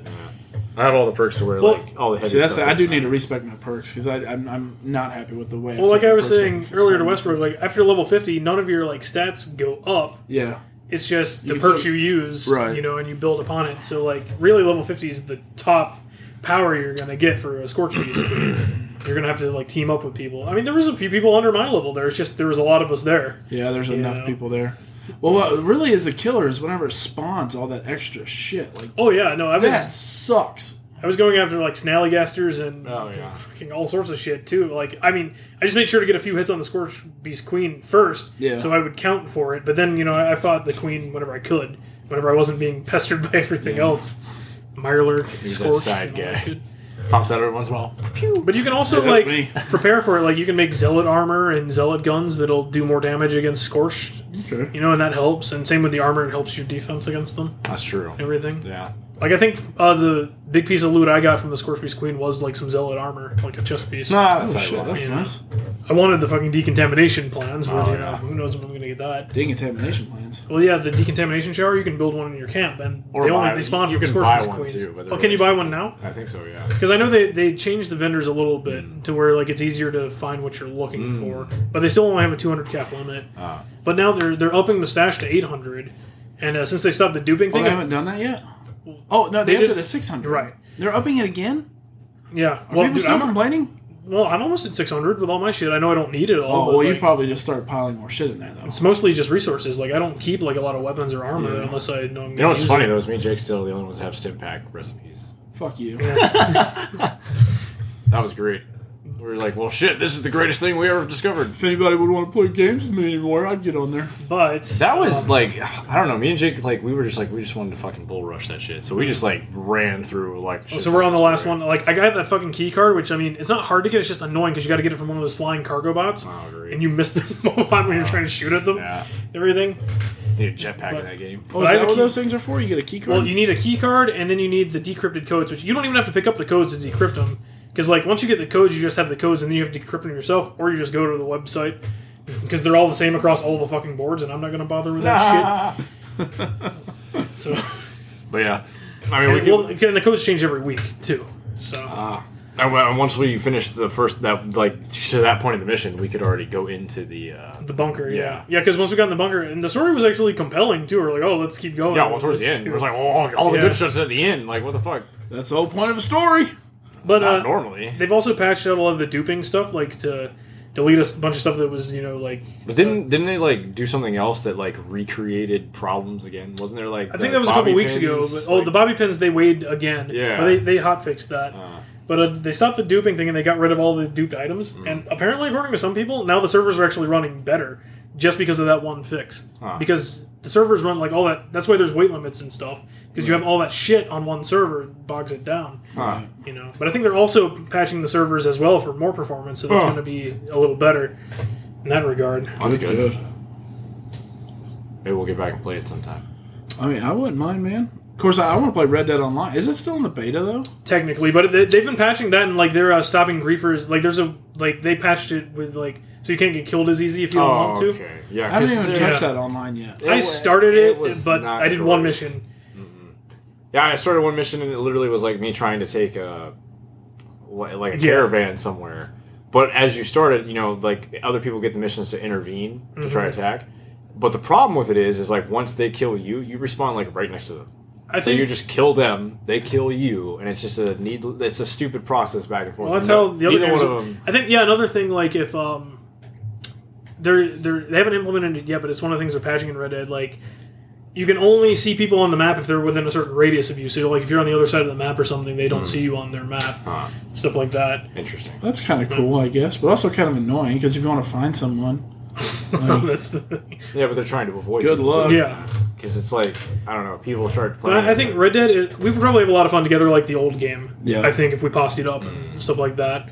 I have all the perks to where Well, like all the heavy See, that's stuff. the, I do doesn't need to matter. respect my perks because I'm, I'm not happy with the way. Well, like set I my was perks saying up for earlier to some Westbrook, reasons. like after level fifty, none of your like stats go up. yeah, It's just the You- perks so- you use, Right. you know, and you build upon it. So like really, level fifty is the top power you're gonna get for a scorch beast. you're gonna have to like team up with people. I mean, there was a few people under my level there. It's just there was a lot of us there. yeah. There's Yeah. enough people there. Well, what really is the killer is whenever it spawns all that extra shit. Like Oh yeah, no, I was that sucks. I was going after like snallygasters and Oh yeah. fucking all sorts of shit too. Like, I mean, I just made sure to get a few hits on the Scorch Beast Queen first, Yeah. so I would count for it. But then, you know, I, I fought the Queen whenever I could, whenever I wasn't being pestered by everything else. Mirelurk, that Scorch, side and all that guy. shit. Pops out every once in a while. But you can also Yeah, like that's me. prepare for it. Like you can make zealot armor and zealot guns that'll do more damage against Scorch. Okay. You know, and that helps. And same with the armor; it helps your defense against them. That's true. Everything. Yeah. Like I think uh, the big piece of loot I got from the Scorch Beast Queen was like some zealot armor, like a chest piece. Nah, that's Oh, how you shit, want it. that's nice. I wanted the fucking decontamination plans, but Oh, you know, yeah. who knows when I'm gonna get that. Decontamination plans. Well, yeah, the decontamination shower. You can build one in your camp, and Or they only buy- they spawn you from can Scorch buy Beast one, Queens. too, but they're oh, can you buy really one now? I think so. Yeah. Because I know they they changed the vendors a little bit Mm. to where like it's easier to find what you're looking for, but they still only have a 200 cap limit. Ah. But now they're they're upping the stash to 800, and uh, since they stopped the duping Oh, thing, they haven't done that yet. Oh no, they, They upped did- it to six hundred. Right. They're upping it again. yeah. Are Well, people dude, still I'm, complaining? well, I'm almost at 600 with all my shit. I know I don't need it all. Oh but, well, you like, probably just start piling more shit in there though. it's mostly just resources. Like I don't keep like a lot of weapons or armor Yeah. unless I know I'm. You know what's use funny though is me and Jake still the only ones that have stim pack recipes. Fuck you. That was great. We were like, well, shit, this is the greatest thing we ever discovered. If anybody would want to play games with me anymore, I'd get on there. But That was um, like, I don't know. Me and Jake, like, we were just like, we just wanted to fucking bull rush that shit. So we just like ran through like. Oh, shit so we're on the tons last of- one. Like I got that fucking key card, which I mean, it's not hard to get. It's just annoying because you got to get it from one of those flying cargo bots, Oh, great. and you miss the moment when you're trying to shoot at them. Yeah, Everything. need a jetpack But- in that game. Oh, But is I that have a what key- those things are for? You get a key card. Well, you need a key card, and then you need the decrypted codes, which you don't even have to pick up the codes to decrypt them. Because like once you get the codes, you just have the codes, and then you have to decrypt them yourself, or you just go to the website because they're all the same across all the fucking boards. And I'm not gonna bother with that Ah. shit. So But yeah, I mean, we and, could, well, and the codes change every week too. So and when- and once we finished the first that like to that point of the mission, we could already go into the. Uh, The bunker, Yeah. yeah, yeah. Because once we got in the bunker, and the story was actually compelling too. We're like, oh, let's keep going. yeah, well, towards the Let's end, it do it. was like, oh, all the Yeah. good shit's at the end. Like, what the fuck? That's the whole point of a story. but Not uh, normally. they've also patched out a lot of the duping stuff, like to delete a s- bunch of stuff that was, you know, like But didn't didn't they like do something else that like recreated problems again? Wasn't there like I think that was a couple weeks ago. But, oh, the bobby pins they weighed again. Yeah. but they they hot fixed that. But uh, they stopped the duping thing and they got rid of all the duped items. Mm. And apparently, according to some people, now the servers are actually running better just because of that one fix. Huh. Because the servers run like all that. That's why there's weight limits and stuff. Because you have all that shit on one server, it bogs it down. Huh. You know. But I think they're also patching the servers as well for more performance, so that's Huh. going to be a little better in that regard. that's good. Maybe we'll get back and play it sometime. I mean, I wouldn't mind, man. Of course, I, I want to play Red Dead Online. Is it still in the beta though? technically, but they, they've been patching that and like they're uh, stopping griefers. Like there's a like they patched it with like so you can't get killed as easy if you don't want to. Oh, okay. Yeah, I haven't even yeah, touched that online yet. It I wa- started it it, was but not I did one great. mission. yeah, I started one mission and it literally was like me trying to take a what- like a Yeah. caravan somewhere. But as you started, you know, like other people get the missions to intervene to try Mm-hmm. to attack. But the problem with it is, is like once they kill you, you respawn like right next to them. I So you think just kill them, they kill you, and it's just a need. It's a stupid process back and forth. well, that's No- how the other neither games. one of them. I think yeah, another thing like if um they're they're they haven't implemented it yet, but it's one of the things they're patching in Red Dead like. You can only see people on the map if they're within a certain radius of you. So, like, if you're on the other side of the map or something, they don't see you on their map. Hmm. Huh. Stuff like that. Interesting. That's kind of cool, I guess, but also kind of annoying because if you want to find someone, That's the thing. Yeah, but they're trying to avoid. good luck. Yeah. because it's like I don't know. People start playing. But I, I think Red Dead, it, we would probably have a lot of fun together, like the old game. Yeah. I think if we posseed up Mm. and stuff like that.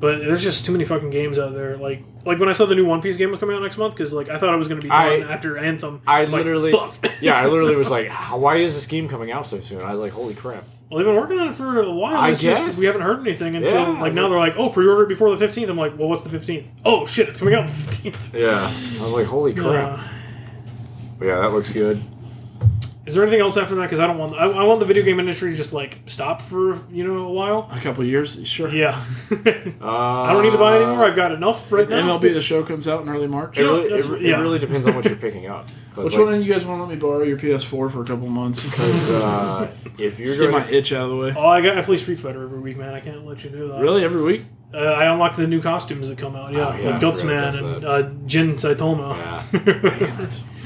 But there's just too many fucking games out there. Like, like when I saw the new One Piece game was coming out next month, because like I thought I was going to be I- done after Anthem. I I'm like, literally. fuck. yeah, I literally was like, "Ah, "Why is this game coming out so soon?" I was like, "Holy crap!" Well, they've been working on it for a while. I it's just guess. we haven't heard anything until Yeah. like now they're like, oh, pre-order it before the fifteenth. I'm like, well, what's the fifteenth? Oh shit, it's coming out on the fifteenth. Uh, Yeah. I was like, holy crap. But yeah, that looks good. Is there anything else after that? Because I don't want I, I want the video game industry to just like stop for you know a while. A couple of years, sure. Yeah, I Uh, don't need to buy anymore. I've got enough right now. MLB the show comes out in early March. It really, it, that's- it yeah. really depends on what you're picking up. 'Cause, Which like, one of you guys want to let me borrow your PS4 for a couple months? 'cause, uh, if you're Just get going, my itch out of the way. Oh, I got I play Street Fighter every week, man. I can't let you do that. Really, every week? Uh, I unlock the new costumes that come out. Yeah, Oh, yeah, like Guts I forgot Man and about uh, Jin Saitama. yeah,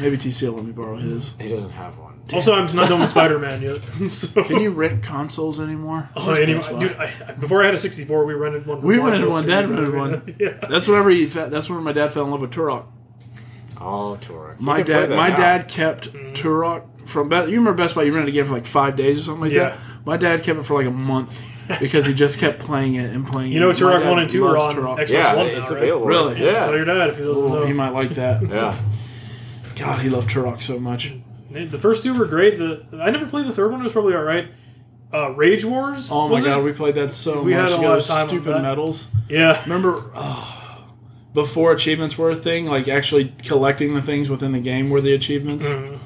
Maybe TC will let me borrow his. he doesn't have one. also, I'm not done with Spider Man yet. so. Can you rent consoles anymore? Oh, There's anyway, PS5. dude, I, I- before I had a 64, we rented one. for We rented Blockbuster. one, Dad rented one. yeah. That's whenever he, fa- that's when my dad fell in love with Turok. Oh, Torek. You My can play dad, that my now. dad kept Mm. Turok from Best. You remember Best Buy? You rented it again for like five days or something like Yeah. that. My dad kept it for like a month because he just kept playing it and playing. You know, it. My Turok dad 1 and 2 are loves on Xbox Yeah, One. it's now, right? available. Really? Tell Yeah. your dad if he doesn't Oh, he know. might like that. Yeah. God, he loved Turok so much. They- The first two were great. The I never played the third one. It was probably all right. Uh, Rage Wars. Oh my was it? God, we played that so We much. had You got a lot of those time on stupid that. medals. Yeah. Remember oh, before achievements were a thing, like actually collecting the things within the game were the achievements. Mhm.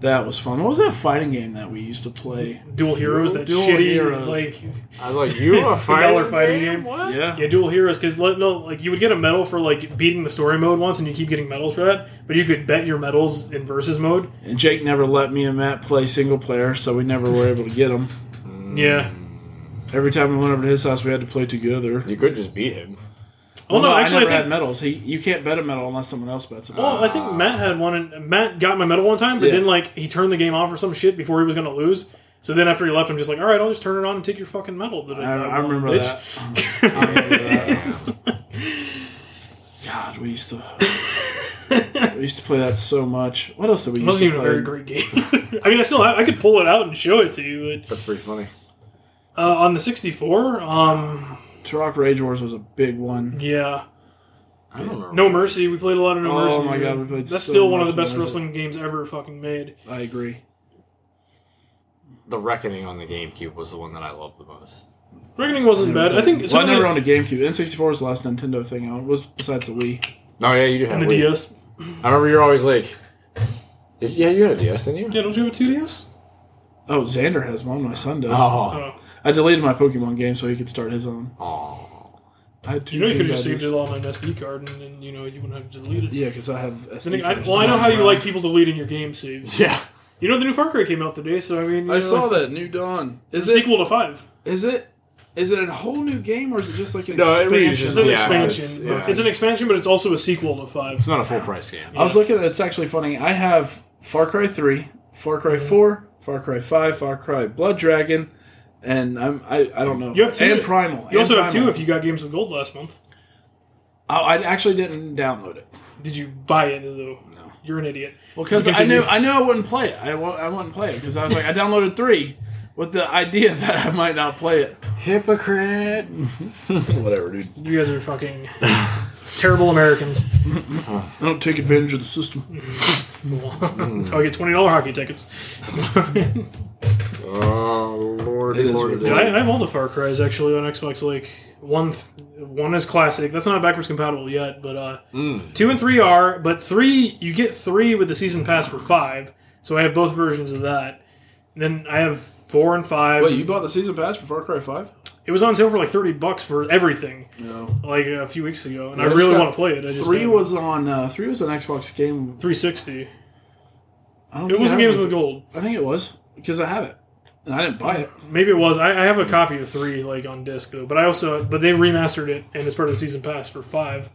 That was fun. What was that fighting game that we used to play? Dual Heroes, that Dual shitty Heroes. like I was like, you are $2 fighting, fighting game? What? Yeah, dual heroes because no, like you would get a medal for like beating the story mode once, and you keep getting medals for that. But you could bet your medals in versus mode. And Jake never let me and Matt play single player, so we never were able to get them. Yeah. Every time we went over to his house, we had to play together. You could just beat him. Oh no, actually, never I had think. medals. He, you can't bet a medal unless someone else bets a medal. Well, I think Matt had one, and Matt got my medal one time, but Yeah. then like he turned the game off or some shit before he was gonna lose. So then after he left, I'm just like, all right, I'll just turn it on and take your fucking medal. that I, I won, remember Oh. bitch." that. I remember that. God, we used to we used to play that so much. What else did we It used wasn't to even a play? very great game. I mean, I still have, I could pull it out and show it to you. That's pretty funny. But, uh, on the 64, um, Turok Rage Wars was a big one. yeah. I don't remember. No Mercy. We played a lot of No Oh Mercy. my dude. God, we played That's so still one of much the best No Mercy. wrestling games ever fucking made. I agree. The Reckoning on the GameCube was the one that I loved the most. Reckoning wasn't bad. I think Well, I some never of owned a GameCube. N64 was the last Nintendo thing I owned, was besides the Wii. No, yeah, you did the, have and the Wii. DS. I remember you were always like, did, yeah, you had a DS, didn't you? Yeah, don't you have a 2DS? Oh, Xander has one. My son does. Oh. Oh. I deleted my Pokemon game so he could start his own. Oh. I had two You know you could have just Dreamcasters. saved it all on an SD card and then, you know, you wouldn't have to delete it. Yeah, because I have. I SD think- I, cards. well, I know how you like people deleting your game saves. Yeah. You know the new Far Cry came out today, so I mean, you I know, saw like, that New Dawn. it's Is a it? sequel to Five. Is it? Is it a whole new game or is it just like an No, it expansion? really is It's just- an Yeah, expansion. it's- It's, yeah. an expansion, but it's also a sequel to Five. It's not a full price game. I was looking. at It's actually funny. I have Far Cry Three, Far Cry Four, Far Cry Five, Far Cry Blood Dragon, and I'm I, I don't know. You have two- and Primal. You also have two if you got Games with Gold last month. I, I actually didn't download it. Did you buy it though? No. You're an idiot. Well, because I Continue. knew I knew I wouldn't play it. I, wa- I wouldn't play it because I was like I downloaded three with the idea that I might not play it. Hypocrite. Whatever, dude. You guys are fucking terrible Americans. I don't take advantage of the system. That's how I get twenty dollar hockey tickets. Oh, lordy, It is lordy. what it Dude, is. lordy. I, I have all the Far Cry's actually on Xbox. Like one, th- one is classic. That's not backwards compatible yet, but uh, Mm. two and three are. But three, you get three with the season pass for five. So I have both versions of that. And then I have four and five. Wait, you bought the season pass for Far Cry Five? it was on sale for like thirty bucks for everything, No. like a few weeks ago, and I I just really got want to play it. I just Three was on uh, three was an Xbox game. three sixty. I don't It think I wasn't have games with gold. I think it was because I have it and I didn't buy it. Maybe it was. I, I have a copy of three like on disc though, but I also but they remastered it and it's part of the season pass for five.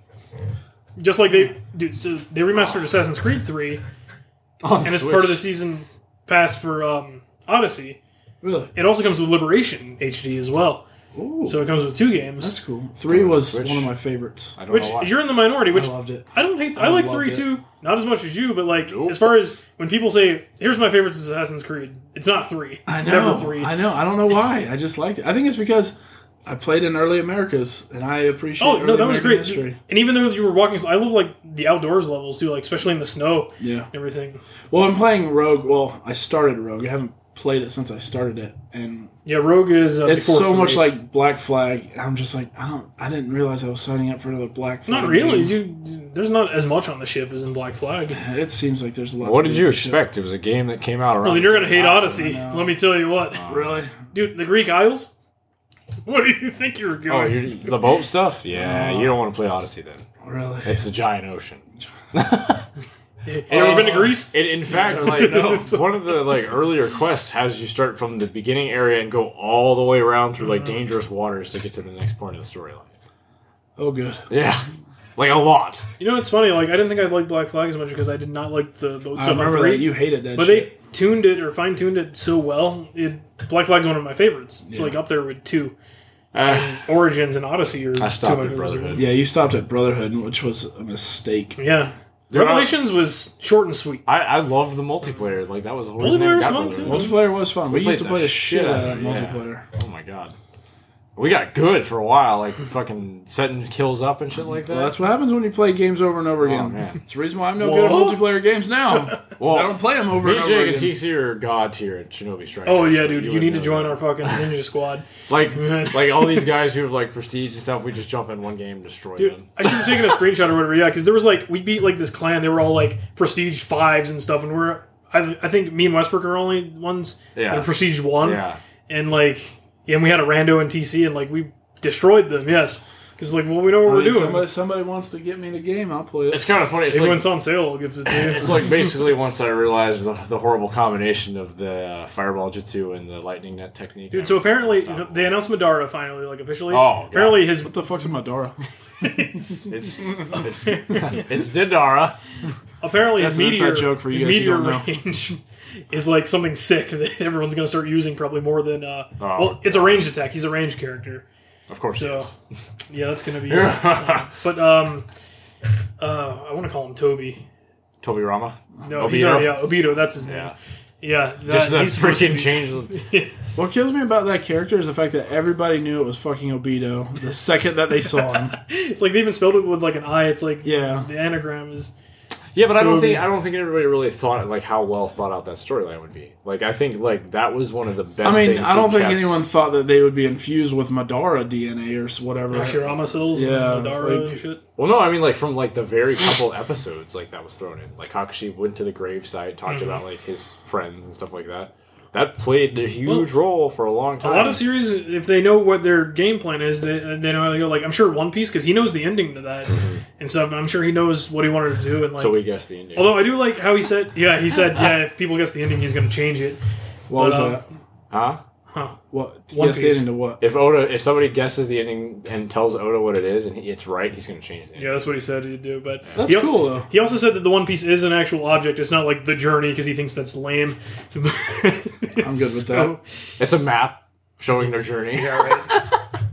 Just like they dude, so they remastered Assassin's Creed three On and it's Switch. part of the season pass for um, Odyssey. Really? It also comes with Liberation HD as well, Ooh, so it comes with two that's games. cool. Three was Which- one of my favorites. I don't Which know why. you're in the minority. I Which loved it. I don't hate. I, I like loved three it. too. Not as much as you, but like Nope. as far as when people say, "Here's my favorite Assassin's Creed," it's not three. It's I know. never three. I know. I don't know why. I just liked it. I think it's because I played in early Americas and I appreciate. Oh no, early that was American great. history. And even though you were walking, I love like the outdoors levels too, like especially in the snow, Yeah. and everything. Well, I'm playing Rogue. Well, I started Rogue. I haven't played it since I started it, and Yeah, Rogue is. Uh, it's before so for much me. like Black Flag. I'm just like I don't. I didn't realize I was signing up for another Black Flag. Not really. game. You, there's not as much on the ship as in Black Flag. It seems like there's a lot. What to did do you with this shit. expect? It was a game that came out around. Well, then you're gonna hate Odyssey. I know. Let me tell you what, Really? dude. The Greek Isles. What do you think you were Oh, going? you're, the boat stuff? Yeah, you Ah. don't want to play Odyssey then. Really? It's a giant ocean. Have you ever been Oh. to Greece? It, Um, in fact, like one of the like earlier quests has you start from the beginning area and go all the way around through like Mm. dangerous waters to get to the next point of the storyline. Oh, good. Yeah, like a lot. You know, it's funny. Like, I didn't think I liked Black Flag as much because I did not like the boat I stuff. on remember three. that you hated that. But shit. they tuned it or fine tuned it so well. It, Black Flag's one of my favorites. It's Yeah. like up there with two. Uh, Origins and Odyssey are I stopped two of at my favorites. Brotherhood. yeah, you stopped at Brotherhood, which was a mistake. Yeah. Dude, I- Revelations was short and sweet. I, I love the multiplayer. Like that was the whole reason I Multiplayer's got fun, Brotherhood. too. Multiplayer was fun. We, played used to the play the shit shit out of out that of it, yeah. multiplayer. Oh my god, we got good for a while. Like fucking setting kills up and shit like that. Well, that's what happens when you play games over and over again. Oh, man. It's the reason why I'm no good at Whoa. multiplayer games now. 'Cause Well, I don't play them over and over BJ and again. TC are god tier at Shinobi Strike. Oh yeah, dude, you, need to join our fucking ninja squad. like like all these guys who have like prestige and stuff. We just jump in one game, and destroy Dude, them. I should have taken a screenshot or whatever. Yeah, because there was like we beat like this clan. They were all like prestige fives and stuff, and we're I, I think me and Westbrook are only ones Yeah. that are prestige one. Yeah, and like and we had a rando and TC and like we destroyed them. Yes, because like well we know what I we're mean, doing. somebody, somebody wants to get me the game, I'll play it's it. kind of funny. It's Maybe like, when it's on sale, I'll give it to you. it's like basically once I realized the, the horrible combination of the uh, fireball jutsu and the lightning net technique. I Dude, so was apparently unstoppable. they announced Madara finally, like officially. Oh, God. apparently his What the fuck's a Madara? it's it's, it's Didara. apparently That's his an inside meteor joke for you his guys who meteor don't know. range is like something sick that everyone's gonna start using probably more than uh, Oh. well it's a ranged attack. He's a ranged character, Of course, so it is. yeah, that's gonna be. But um, uh, I want to call him Toby. Toby Rama. No, he's Obito? already yeah, Obito. That's his name. Yeah, Yeah, that, just the he's supposed to freaking be- change. what kills me about that character is the fact that everybody knew it was fucking Obito the second that they saw him. It's like they even spelled it with like an I. It's like Yeah. the anagram is Yeah, but I don't Toby. think I don't think everybody really thought like how well thought out that storyline would be. Like I think like that was one of the best. I mean, things I he don't think kept. anyone thought that they would be infused with Madara DNA or s- whatever. Hashirama cells. Yeah, and Madara like- and shit. Well, no, I mean like from like the very couple episodes like that was thrown in. Like Hakushi went to the gravesite, talked Mm-hmm. about like his friends and stuff like that. That played a huge role for a long A time. lot of series, if they know what their game plan is, they, they know how to go. Like I'm sure One Piece, because he knows the ending to that, and so I'm sure he knows what he wanted to do. And like, so we guessed the ending. although I do like how he said, yeah, he said, yeah, if people guess the ending, he's going to change it. What was But, uh, that? huh? Huh. What? One yes, they Piece. into what? If Oda, if somebody guesses the ending and tells Oda what it is and he, it's right, he's gonna change it. Yeah, that's what he said he'd do. But That's he, al- cool though. He also said that the One Piece is an actual object. It's not like the journey because he thinks that's lame. I'm good with that. It's a map showing their journey. Yeah, right.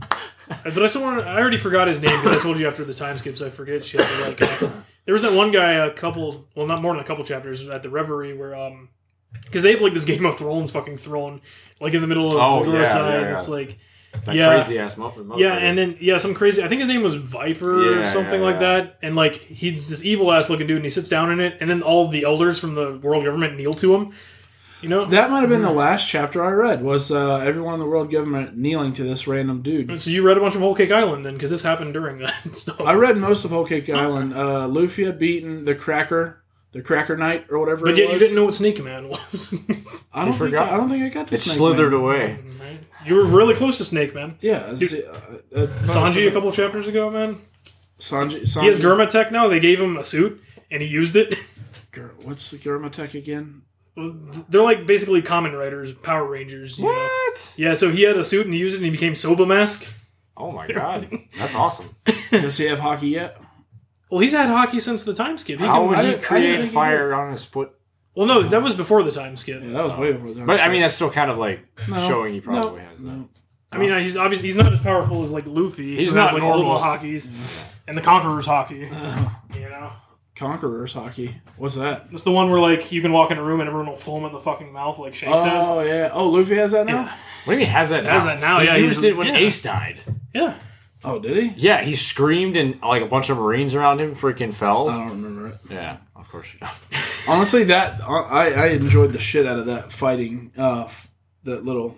but I still want to, I already forgot his name because I told you after the time skips I forget shit. But like, uh, there was that one guy a couple, well, not more than a couple chapters at the Reverie where, um, because they have like this Game of Thrones fucking throne, like in the middle of Oh, the yeah, side. yeah, yeah. It's like, That Yeah. crazy ass mo- motherfucker. yeah, and then yeah, some crazy. I think his name was Viper Yeah, or something yeah, like yeah. that. And like he's this evil ass looking dude, and he sits down in it, and then all the elders from the world government kneel to him. You know, That might have been the last chapter I read. Was uh, everyone in the world government kneeling to this random dude? so you read a bunch of Whole Cake Island then, because this happened during that stuff. I read most of Whole Cake Island. Uh, Luffy had beaten the Cracker, the Cracker Knight or whatever. But it yet you was. didn't know what Snake Man was. I don't think forgot. I, don't think I got to it Snake slithered Man. away. you were really close to Snake Man. Yeah, it's- Dude, uh, uh, Sanji a couple chapters ago, man. Sanji, Sanji. He has Gurma Tech now. They gave him a suit and he used it. Gur- what's the Gurma tech again? They're like basically common writers, Power Rangers. You know? What? Yeah, so he had a suit and he used it and he became Soba Mask. Oh my god, that's awesome. Does he have hockey yet? Well, he's had hockey since the time skip. He How can- would I he didn't- I didn't create think he fire on his foot? well, no, that was before the time skip. Yeah, that was way before. But I mean, that's still kind of like No. showing he probably No. has that. No. I mean, he's obviously he's not as powerful as like Luffy. He's who has, not like all normal. the hockeys and the Conqueror's hockey. You know, Conquerors hockey. What's that? that's the one where like you can walk in a room and everyone will foam at the fucking mouth like Shanks Uh, has. Oh yeah. Oh, Luffy has that now. What do you mean has that? Has now? that now, He yeah, used he's- it when yeah. Ace died. Yeah. Oh, did he? Yeah, he screamed and like a bunch of Marines around him freaking fell. Uh, I don't remember it. yeah, of course you don't. Honestly, that I, I enjoyed the shit out of that fighting. Uh, f- that little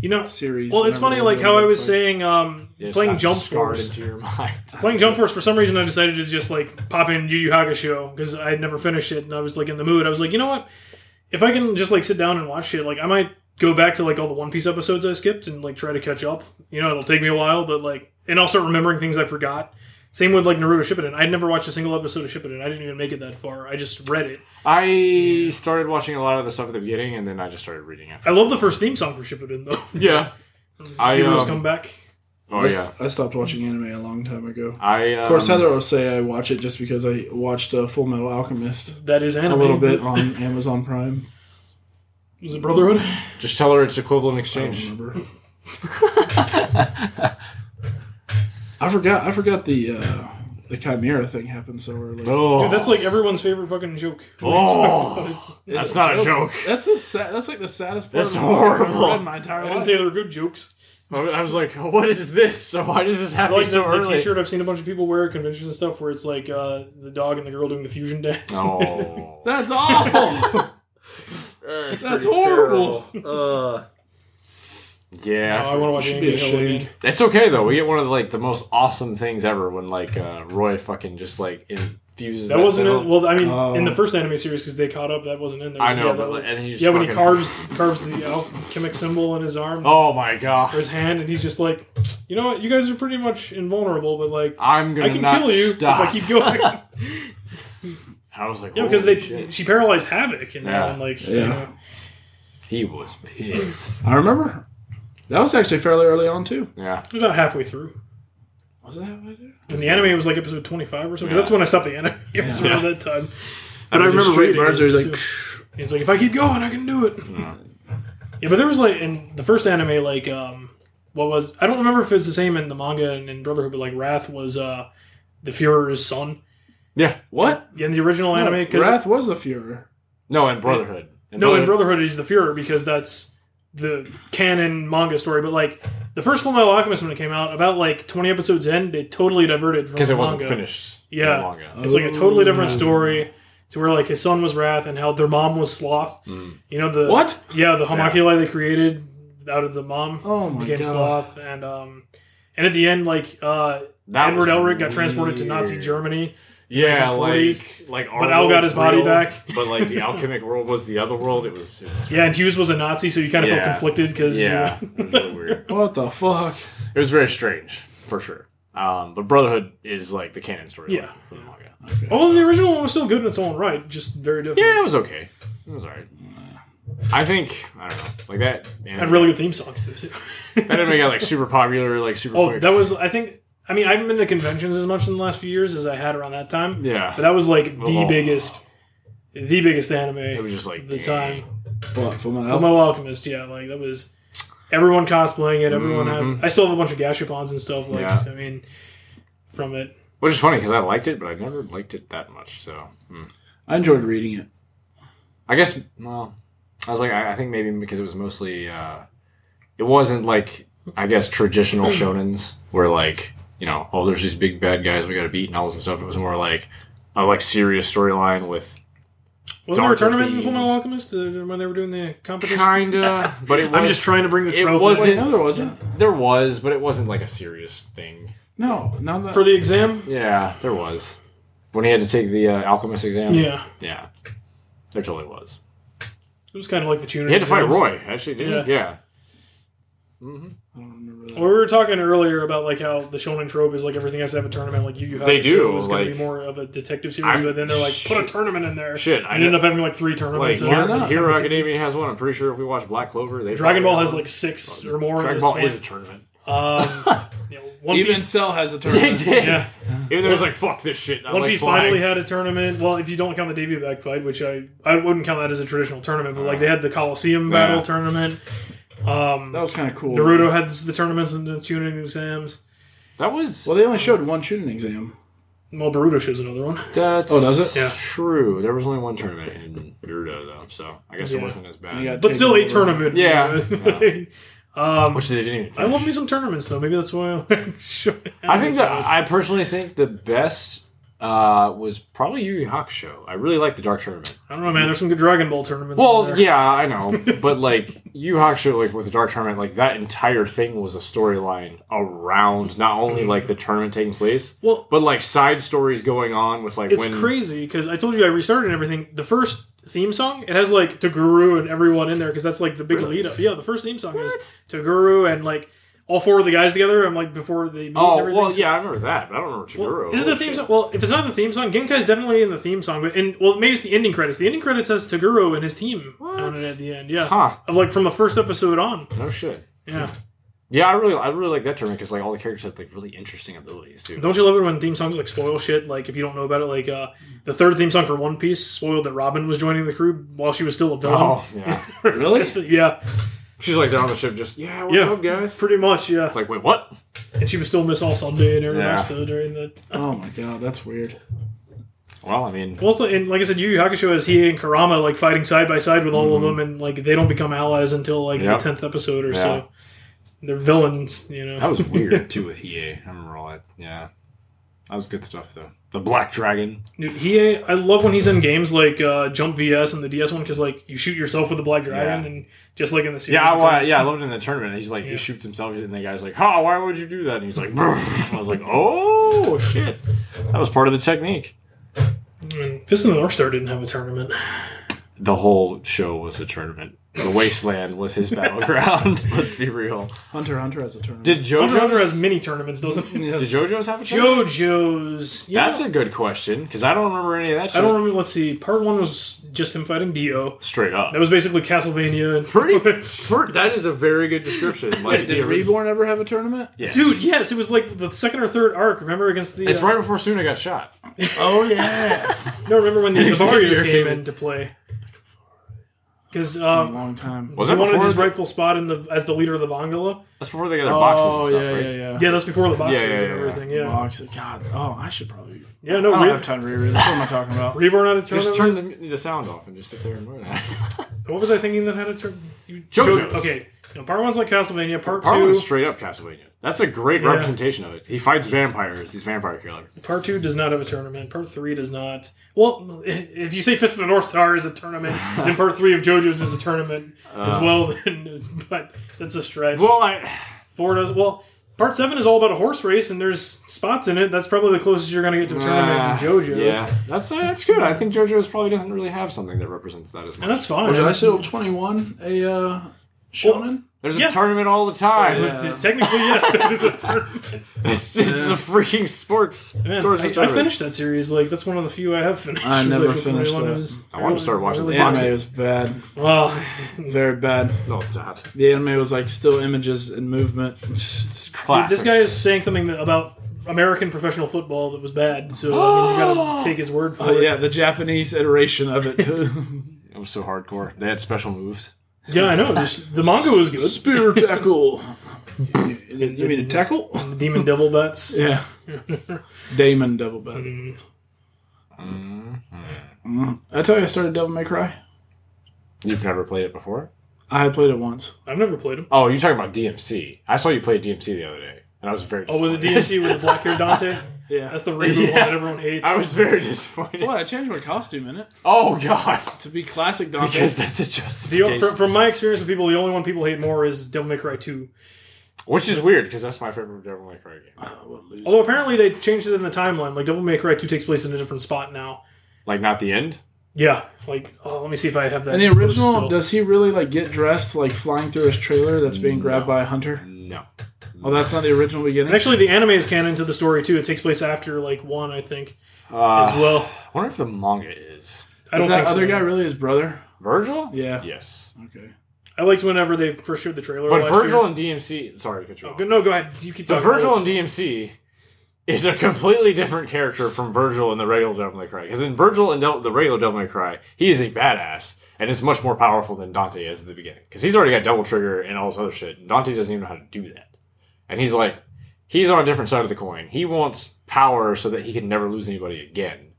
You know, series. well, it's whenever funny they like go how to I was fights. saying um, It's playing not Jump scarred Force. into your mind. Playing Jump Force for some reason I decided to just like pop in Yu Yu Hakusho because I had never finished it and I was like in the mood. I was like, you know what? If I can just like sit down and watch shit, like I might go back to like all the One Piece episodes I skipped and like try to catch up. You know, it'll take me a while, but like and also remembering things I forgot. Same with like Naruto Shippuden. I'd never watched a single episode of Shippuden. I didn't even make it that far. I just read it. I started watching a lot of the stuff at the beginning, and then I just started reading it. I love the first theme song for Shippuden though. Yeah, I Heroes um, come back. oh I, s- yeah, I stopped watching anime a long time ago. I Of course, um, Heather will say I watch it just because I watched uh, Full Metal Alchemist That is a anime. little bit on Amazon Prime. Was it Brotherhood? just tell her it's equivalent I don't Um, exchange. remember. I forgot. I forgot the uh, the chimera thing happened so early. Oh, Dude, that's like everyone's favorite fucking joke. Oh. It's- that's not a joke. That's the sa- that's like the saddest part. That's of the book I've ever horrible. read in my entire I life. didn't say they were good jokes. I was like, what is this? So why does this I happen like the, so the early? T-shirt I've seen a bunch of people wear at conventions and stuff, where it's like uh, the dog and the girl doing the fusion dance. Oh, That's awful. That's horrible. Uh, yeah, Oh, I want to watch should Andy be Hill ashamed. again. It's okay though. We get one of like the most awesome things ever when like uh, Roy fucking just like infuses. That wasn't metal. in, well. I mean, Oh. in the first anime series, because they caught up, that wasn't in there. I know, yeah, that but was- like, and he just yeah, when he fucking- carves carves the alchemic symbol in his arm Oh my or god! his hand, and he's just like, you know what, you guys are pretty much invulnerable, but like, I'm gonna I can not kill you stop. if I keep going. I was like, yeah, because holy they shit. she paralyzed Havoc, and, Yeah. and like, Yeah. you know, he was pissed. I remember. That was actually fairly early on too. yeah, about halfway through. Was that halfway there? And the anime was like episode 25 or something. 'cause That's Yeah. when I stopped the anime. It was Yeah. around that time. But I remember Ray reading Barnes it, was like, too. He's like, if I keep going, I can do it. Yeah, but there was like, in the first anime, like, um, what was, I don't remember if it's the same in the manga and in Brotherhood, but like Wrath was, uh, the Fuhrer's son. yeah. "What? Yeah, in the original anime. Cause, Wrath was the Fuhrer." No, and Brotherhood. And no, in Brotherhood, he's the Fuhrer because that's the canon manga story. But like, the first Full Metal Alchemist, when it came out, about like 20 episodes in, they totally diverted from because the it wasn't manga. finished. Yeah. in the manga. It's like a totally Oh. different story to where like his son was Wrath and how their mom was Sloth. You know the What? Yeah, the homunculi they created out of the mom Oh my became god! Sloth, and um, and at the end like uh, That Edward was Elric got transported to Nazi weird. Germany. Yeah, like 1940s, like our but Al world's got his body real, back. But like the alchemic world was the other world. It was. It was Yeah, and Hughes was a Nazi, so you kind of Yeah. felt conflicted because yeah, it was really weird. What the fuck? It was very strange, for sure. Um, but Brotherhood is like the canon story Yeah. from the manga. although the original one was still good in its own right, just very different. Yeah, it was okay. It was alright. I think I don't know, like that. Anime, Had really good theme songs too. that anime got like super popular, like super oh, quick. that was I think I mean I haven't been to conventions as much in the last few years as I had around that time. yeah, But that was like the Oh. biggest, the biggest it was anime just like at the dang. time. But for my Full Metal Alchemist, yeah, like that was everyone cosplaying it. Everyone Mhm. has. I still have a bunch of Gashapons and stuff. Like Yeah. I mean, from it. Which is funny because I liked it, but I never liked it that much. So hmm. I enjoyed reading it. I guess well, I was like, I, I think maybe because it was mostly, uh, it wasn't like I guess traditional shonens where like you know, oh, there's these big bad guys we got to beat and all this stuff. It was more like a like serious storyline with Wasn't there a Darker tournament in themes. Full Metal Alchemist uh, when they were doing the competition? kinda, but it was, I'm just trying to bring the it trope. was- Wait, no, there wasn't. There was, but it wasn't like a serious thing. No, none of for that. the exam. Yeah, there was when he had to take the uh, alchemist exam. Yeah, yeah, there totally was. it was kind of like the tuner. He had to fight exams. Roy actually, didn't he? Yeah. I don't remember that. Well, we were talking earlier about like how the shonen trope is like everything has to have a tournament. Like you, you They do, It was going to like- be more of a detective series, I'm- but then they're like put a shit. tournament in there. Shit, I I ended know- up having like three Like tournaments. in Hero, there. not? Hero Academia has one. I'm pretty sure if we watch Black Clover, they Dragon probably Ball has have like six or more. one. at Dragon this Ball point. is a tournament. Um, you know, One Even Piece, Cell has a They tournament. did. yeah, Even though it was like fuck this shit. I One like Piece flying. finally had a tournament. Well, if you don't count the Davy back fight, which I I wouldn't count that as a traditional tournament, but like they had the Coliseum Uh-huh. Yeah. battle tournament. Um, That was kind of cool. Naruto had the tournaments and the tuning exams. That was. Well, they only showed one shooting exam. Well, Naruto shows another one. that's Oh, does it? Yeah. True. There was only one tournament in Naruto though, so I guess Yeah. it wasn't as bad. Yeah. But still a Taken over. tournament. Yeah. um, Which they didn't even. I finish. love me some tournaments though. Maybe that's why I I think that I personally think the best uh, was probably Yu Yu Hakusho. I really like the Dark Tournament. I don't know, man. There's some good Dragon Ball tournaments. in Well, there. yeah, I know, but like Yu Yu Hakusho, like with the Dark Tournament, like that entire thing was a storyline around not only like the tournament taking place, Mm-hmm. Well, but like side stories going on with like it's when crazy because I told you I restarted and everything. The first theme song it has like Taguru and everyone in there because that's like the big lead up. Yeah, the first theme song is Taguru and like all four of the guys together. I'm like before they meet and Oh everything. well, yeah, I remember that, but I don't remember Chiguro. Is it Holy the theme shit. song? Well, if it's not the theme song, Genkai's definitely in the theme song, but in well, maybe it's the ending credits. The ending credits has Taguru and his team on it at the end. Yeah, Huh? of like from the first episode on. No shit. Yeah, Yeah, I really, I really like that tournament because like all the characters have like really interesting abilities too. don't you love it when theme songs like spoil shit? Like if you don't know about it, like uh, the third theme song for One Piece spoiled that Robin was joining the crew while she was still a villain. Oh yeah, really? yeah, She's like they're on the ship, just yeah, what's Yeah. up, guys? pretty much. Yeah, It's like wait, what? and she was still Miss All Sunday and everything Yeah. else though during the. Oh my god, that's weird. Well, I mean, Also, and like I said, Yu Yu Hakusho has he and Karama like fighting side by side with all of them, and like they don't become allies until like Mm-hmm. Yep. the tenth episode or Yeah. so. They're villains, you know. that was weird too with Hiei. I remember all that. Yeah, that was good stuff though. The Black Dragon. Dude, he, I love when he's in games like uh, Jump VS and the DS one because like you shoot yourself with the Black Dragon, Yeah. and just like in the series, Yeah, I, you wa- can- yeah, I loved it in the tournament. He's like, Yeah. he shoots himself, and the guy's like, "Ha, why would you do that?" And he's like, "Brrr." "I was like, oh shit, that was part of the technique." I mean, Fist of the North Star didn't have a tournament. The whole show was a tournament. The wasteland was his battleground. Let's be real. Hunter Hunter has a tournament. Did JoJo's Hunter x Hunter has many tournaments, doesn't it? did yes. JoJo's have a tournament? JoJo's. Yeah, That's a good question because I don't remember any of that. Shit. I don't remember. Let's see. Part one was just him fighting Dio. straight up. That was basically Castlevania. And- Pretty, per- that is a very good description. Like Did Reborn ever have a tournament? Yes. Dude, yes, it was like the second or third arc. Remember against the. It's uh, right before Suna got shot. Oh yeah. No, remember when the the Xavier Mario came came- into play? Because a um, long time. Was he that wanted before? his rightful spot in the as the leader of the Vongala. That's before they got their boxes oh and stuff, yeah, right? yeah, yeah, Yeah, that's before the boxes yeah, and yeah. Oh, everything. Yeah, Box. God. Oh, I should probably. yeah. I No, don't Re- have time to reread. That's what am I talking about? Reborn had a turn. Just turn the, the sound off and just sit there and learn that. What was I thinking that had a turn? You- JoJo's. Okay, you know, part one's like Castlevania. Part Part two. one's straight up Castlevania. That's a great Yeah. representation of it. He fights vampires. He's vampire killer. Part two does not have a tournament. Part three does not. Well, if you say Fist of the North Star is a tournament, then part three of JoJo's is a tournament as well. then- but that's a stretch. Ah. Well, I Four does well. Part seven is all about a horse race, and there's spots in it. That's probably the closest you're going to get to a tournament Ah, in JoJo's, Yeah, that's uh, that's good. I think JoJo's probably doesn't really have something that represents that as and much. that's fine. Was I still twenty one? A uh, shonen? There's a Yeah. tournament all the time. But Uh, t- Technically, yes, that is a tournament. It's, it's a freaking sports. Man, sports I, I tournament. finished that series. Like that's one of the few I have finished. I It was, never like, with finished 21. that. It was I wanted to start really- watching really The Boxing. anime was bad, Well, very bad. No, it's not. The anime was like still images and movement. It's Classics. this guy is saying something that, about American professional football that was bad. So I mean, you got to take his word for Oh it. yeah, the Japanese iteration of it. It was so hardcore. They had special moves. Yeah, I know. Just, the manga was good. Spear tackle. you mean a tackle? The Demon Devil bats. Yeah. Damon Devil Bat. Mm-hmm. Mm. I tell you, I started Devil May Cry. You've never played it before? I had played it once. I've never played them. Oh, you're talking about DMC. I saw you play DMC the other day, and I was very. Oh, was it disappointed. DMC with the black hair Dante? Yeah. That's the reboot one Yeah. that everyone hates. I was very disappointed. well, I changed my costume in it Oh God! to be classic Donkey. Because that's a The, justification. from, from my experience with people, the only one people hate more is Devil May Cry 2. Which is weird, because that's my favorite Devil May Cry game. Although apparently they changed it in the timeline. Like, Devil May Cry 2 takes place in a different spot now. Like not the end. Yeah. Like, oh, let me see if I have in that. the post original, still. does he really like get dressed like flying through his trailer that's being grabbed by a hunter? No. Oh, that's not the original beginning. Actually, the anime is canon to the story, too. It takes place after, like, 1, I think, as Uh, well. I wonder if the manga is I Ah. don't Is that think other so. guy really his brother? Virgil. Yeah. Yes. Okay. I liked whenever they first showed the trailer. But last Virgil year. and DMC. Sorry, to cut you off. Go- No, go ahead. You keep But talking. Virgil and about DMC is a completely different character from Virgil in the regular Devil May Cry. Because in Virgil and Del- the regular Devil May Cry, he is a badass and is much more powerful than Dante is at the beginning. Because he's already got Double Trigger and all this other shit. And Dante doesn't even know how to do that. And he's like, he's on a different side of the coin. He wants power so that he can never lose anybody again.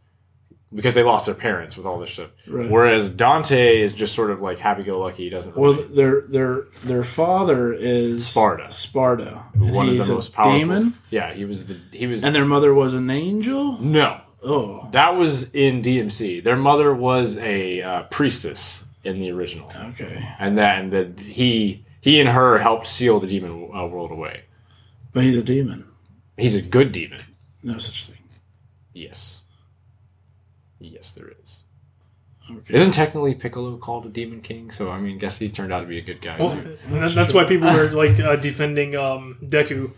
Because they lost their parents with all this stuff. Right. Whereas Dante is just sort of like happy go lucky. He doesn't Well, really. their their their father is Sparta. Sparta. And one of he's the a most powerful. demon, Yeah, he was the. He was. and their mother was an angel. No, Oh, That was in DMC. Their mother was a uh, priestess in the original, okay. and that and that he he and her helped seal the demon uh, world away. But he's a demon. He's a good demon. No such thing. Yes. Yes, there is. Okay. Isn't technically Piccolo called a demon king? So I mean, guess he turned out to be a good guy. Well, Oh. too. and that- that's why people were like uh, defending um, Deku.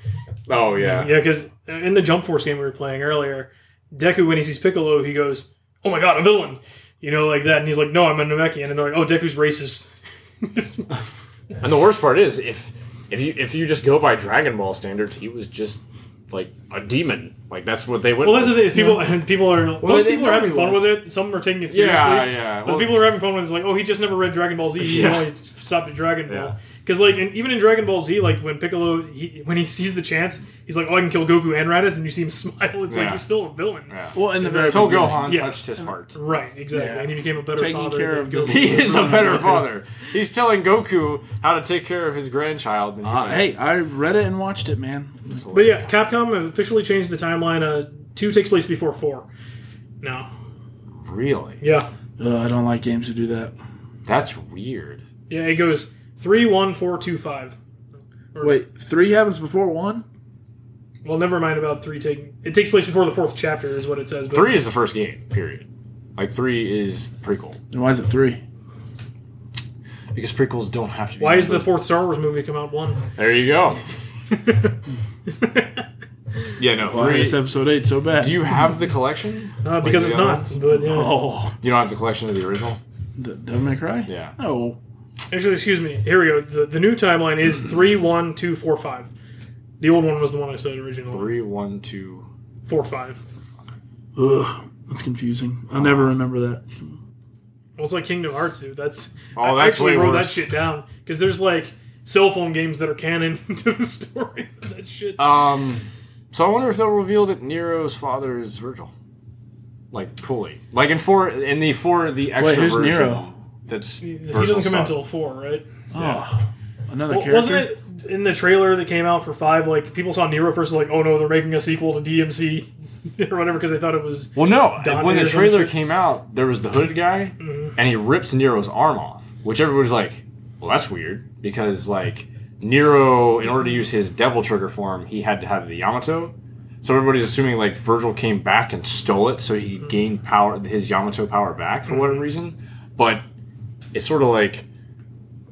Oh yeah. Yeah, because in the Jump Force game we were playing earlier, Deku when he sees Piccolo, he goes, "Oh my god, a villain!" You know, like that, and he's like, "No, I'm a Namekian," and they're like, "Oh, Deku's racist." And the worst part is if if you if you just go by Dragon Ball standards, he was just like a demon. Like that's what they went. well, that's the with. thing. Is people people are most they people are having know he fun was. with it. Some are taking it seriously. yeah, yeah. But Well, people are having fun with it. It's like, oh, he just never read Dragon Ball Z. He Yeah. only stopped at Dragon Yeah. Ball. Because like, and even in Dragon Ball Z, like when Piccolo, he, when he sees the chance, he's like, oh, I can kill Goku and Raditz, and you see him smile. It's Yeah. like he's still a villain. yeah. well, in the very Until beginning, Gohan Yeah. touched his heart. Right, exactly. Yeah. And he became a better Taking father. care than of Goku. the- He is a better father. He's telling Goku how to take care of his grandchild. than he Uh, did. hey, I read it and watched it, man. But yeah, Capcom have officially changed the timeline. Uh, two takes place before four. No. really? Yeah. Uh, I don't like games who do that. That's weird. Yeah, it goes three, one, four, two, five. Wait, three happens before one? Well, never mind about three taking. It takes place before the fourth chapter, is what it says. But Three is the first game. Period. Like three is the prequel Then why is it three? because prequels don't have to. be Why is the numbered. fourth Star Wars movie come out one? Uh, There you go. yeah, no Why three. is episode eight so bad? Do you have the collection? Uh, because the it's other not. ones? But, yeah. Oh, You don't have the collection of the original? the Devil May Cry? Yeah. Oh, Actually, excuse me. Here we go. The, the new timeline is three, one, two, four, five. The old one was the one I said originally. Three, one, two. Four, five. ugh, that's confusing. I never remember that. Well, it's like Kingdom Hearts, dude. That's Oh, I that's actually way wrote worse. that shit down because there's like cell phone games that are canon to the story. of that shit. Um, so I wonder if they'll reveal that Nero's father is Virgil, like fully, like in four in the four the extra Wait, who's version. Nero? That's he doesn't Virgil's come out son. until four, right? Oh, another Well, character. wasn't it in the trailer that came out for five? Like people saw Nero first, like, oh no, they're making a sequel to DMC or whatever because they thought it was. Well, no. Dante when the or some trailer shit? Mm-hmm. came out, there was the hooded guy, and he ripped Nero's arm off, which everybody's like, "Well, that's weird," because like Nero, in order to use his Devil Trigger form, he had to have the Yamato. So everybody's assuming like Virgil came back and stole it, so Mm-hmm. he gained power, his Yamato power back for whatever reason. But it's sort of like,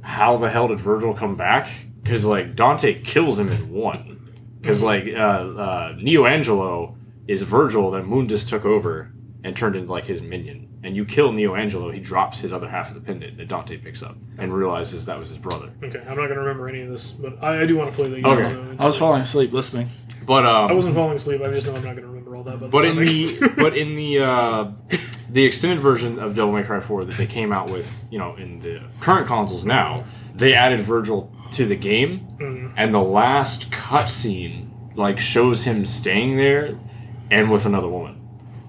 how the hell did Virgil come back? Because like Dante kills him in one. Because like uh, uh, Neo Angelo is Virgil that Mundus took over and turned into like his minion. And you kill Neo Angelo, he drops his other half of the pendant that Dante picks up and realizes that was his brother. Okay, I'm not gonna remember any of this, but I, I do want to play the game. Okay. so it's- I was falling asleep listening. But I um, wasn't falling asleep. I just know I'm not gonna remember all that. But, but that's in how I get the but in the uh, the extended version of Devil May Cry Four that they came out with, you know, in the current consoles now, they added Virgil to the game, and the last cutscene like shows him staying there and with another woman.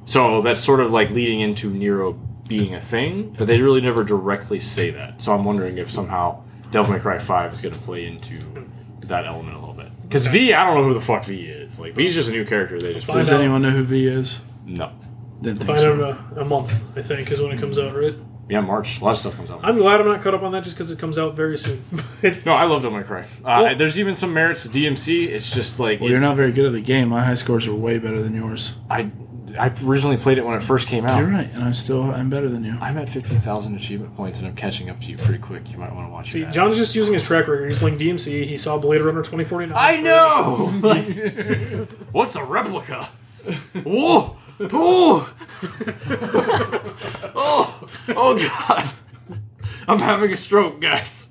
So that's sort of like leading into Nero being a thing, but they really never directly say that. So I'm wondering if somehow Devil May Cry 5 is going to play into that element a little bit. Because V, I don't know who the fuck V is. Like, V's just a new character. They just. Find Does out. anyone know who V is? No. Didn't think Find so. out in a, a month, I think, is when it comes out, right? Yeah, March. A lot of stuff comes out. I'm glad I'm not caught up on that just because it comes out very soon. But no, I love Devil May Cry. Uh, Well- there's even some merits to DMC. It's just like. Well, you're not very good at the game. My high scores are way better than yours. I, I originally played it when it first came out. You're right, and I'm still I'm better than you. I'm at 50,000 achievement points and I'm catching up to you pretty quick. You might want to watch See, that. John's just using his track record. He's playing DMC. He saw Blade Runner 2049. I know. what's a replica? Whoa! Ooh! oh! Oh God! I'm having a stroke, guys.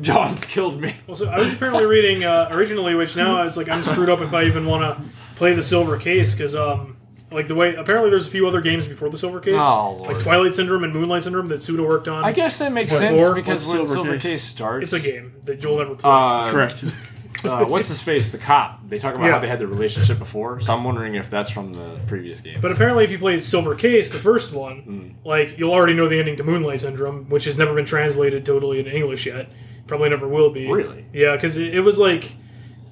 John's killed me. Well, so I was apparently reading uh, originally, which now it's like I'm screwed up if I even want to play the Silver Case because um, like the way apparently there's a few other games before the Silver Case, Oh, Lord. like Twilight Syndrome and Moonlight Syndrome that Suda worked on. I guess that makes What, sense four? because What's when Silver Silver Case? Case, starts, it's a game that you'll never play. Uh, Correct. uh, what's his face? The cop. They talk about how Yeah. they had the relationship before, so I'm wondering if that's from the previous game. but apparently, if you played Silver Case, the first one, Hmm. like you'll already know the ending to Moonlight Syndrome, which has never been translated totally into English yet. Probably never will be. Really? Yeah, because it, it was like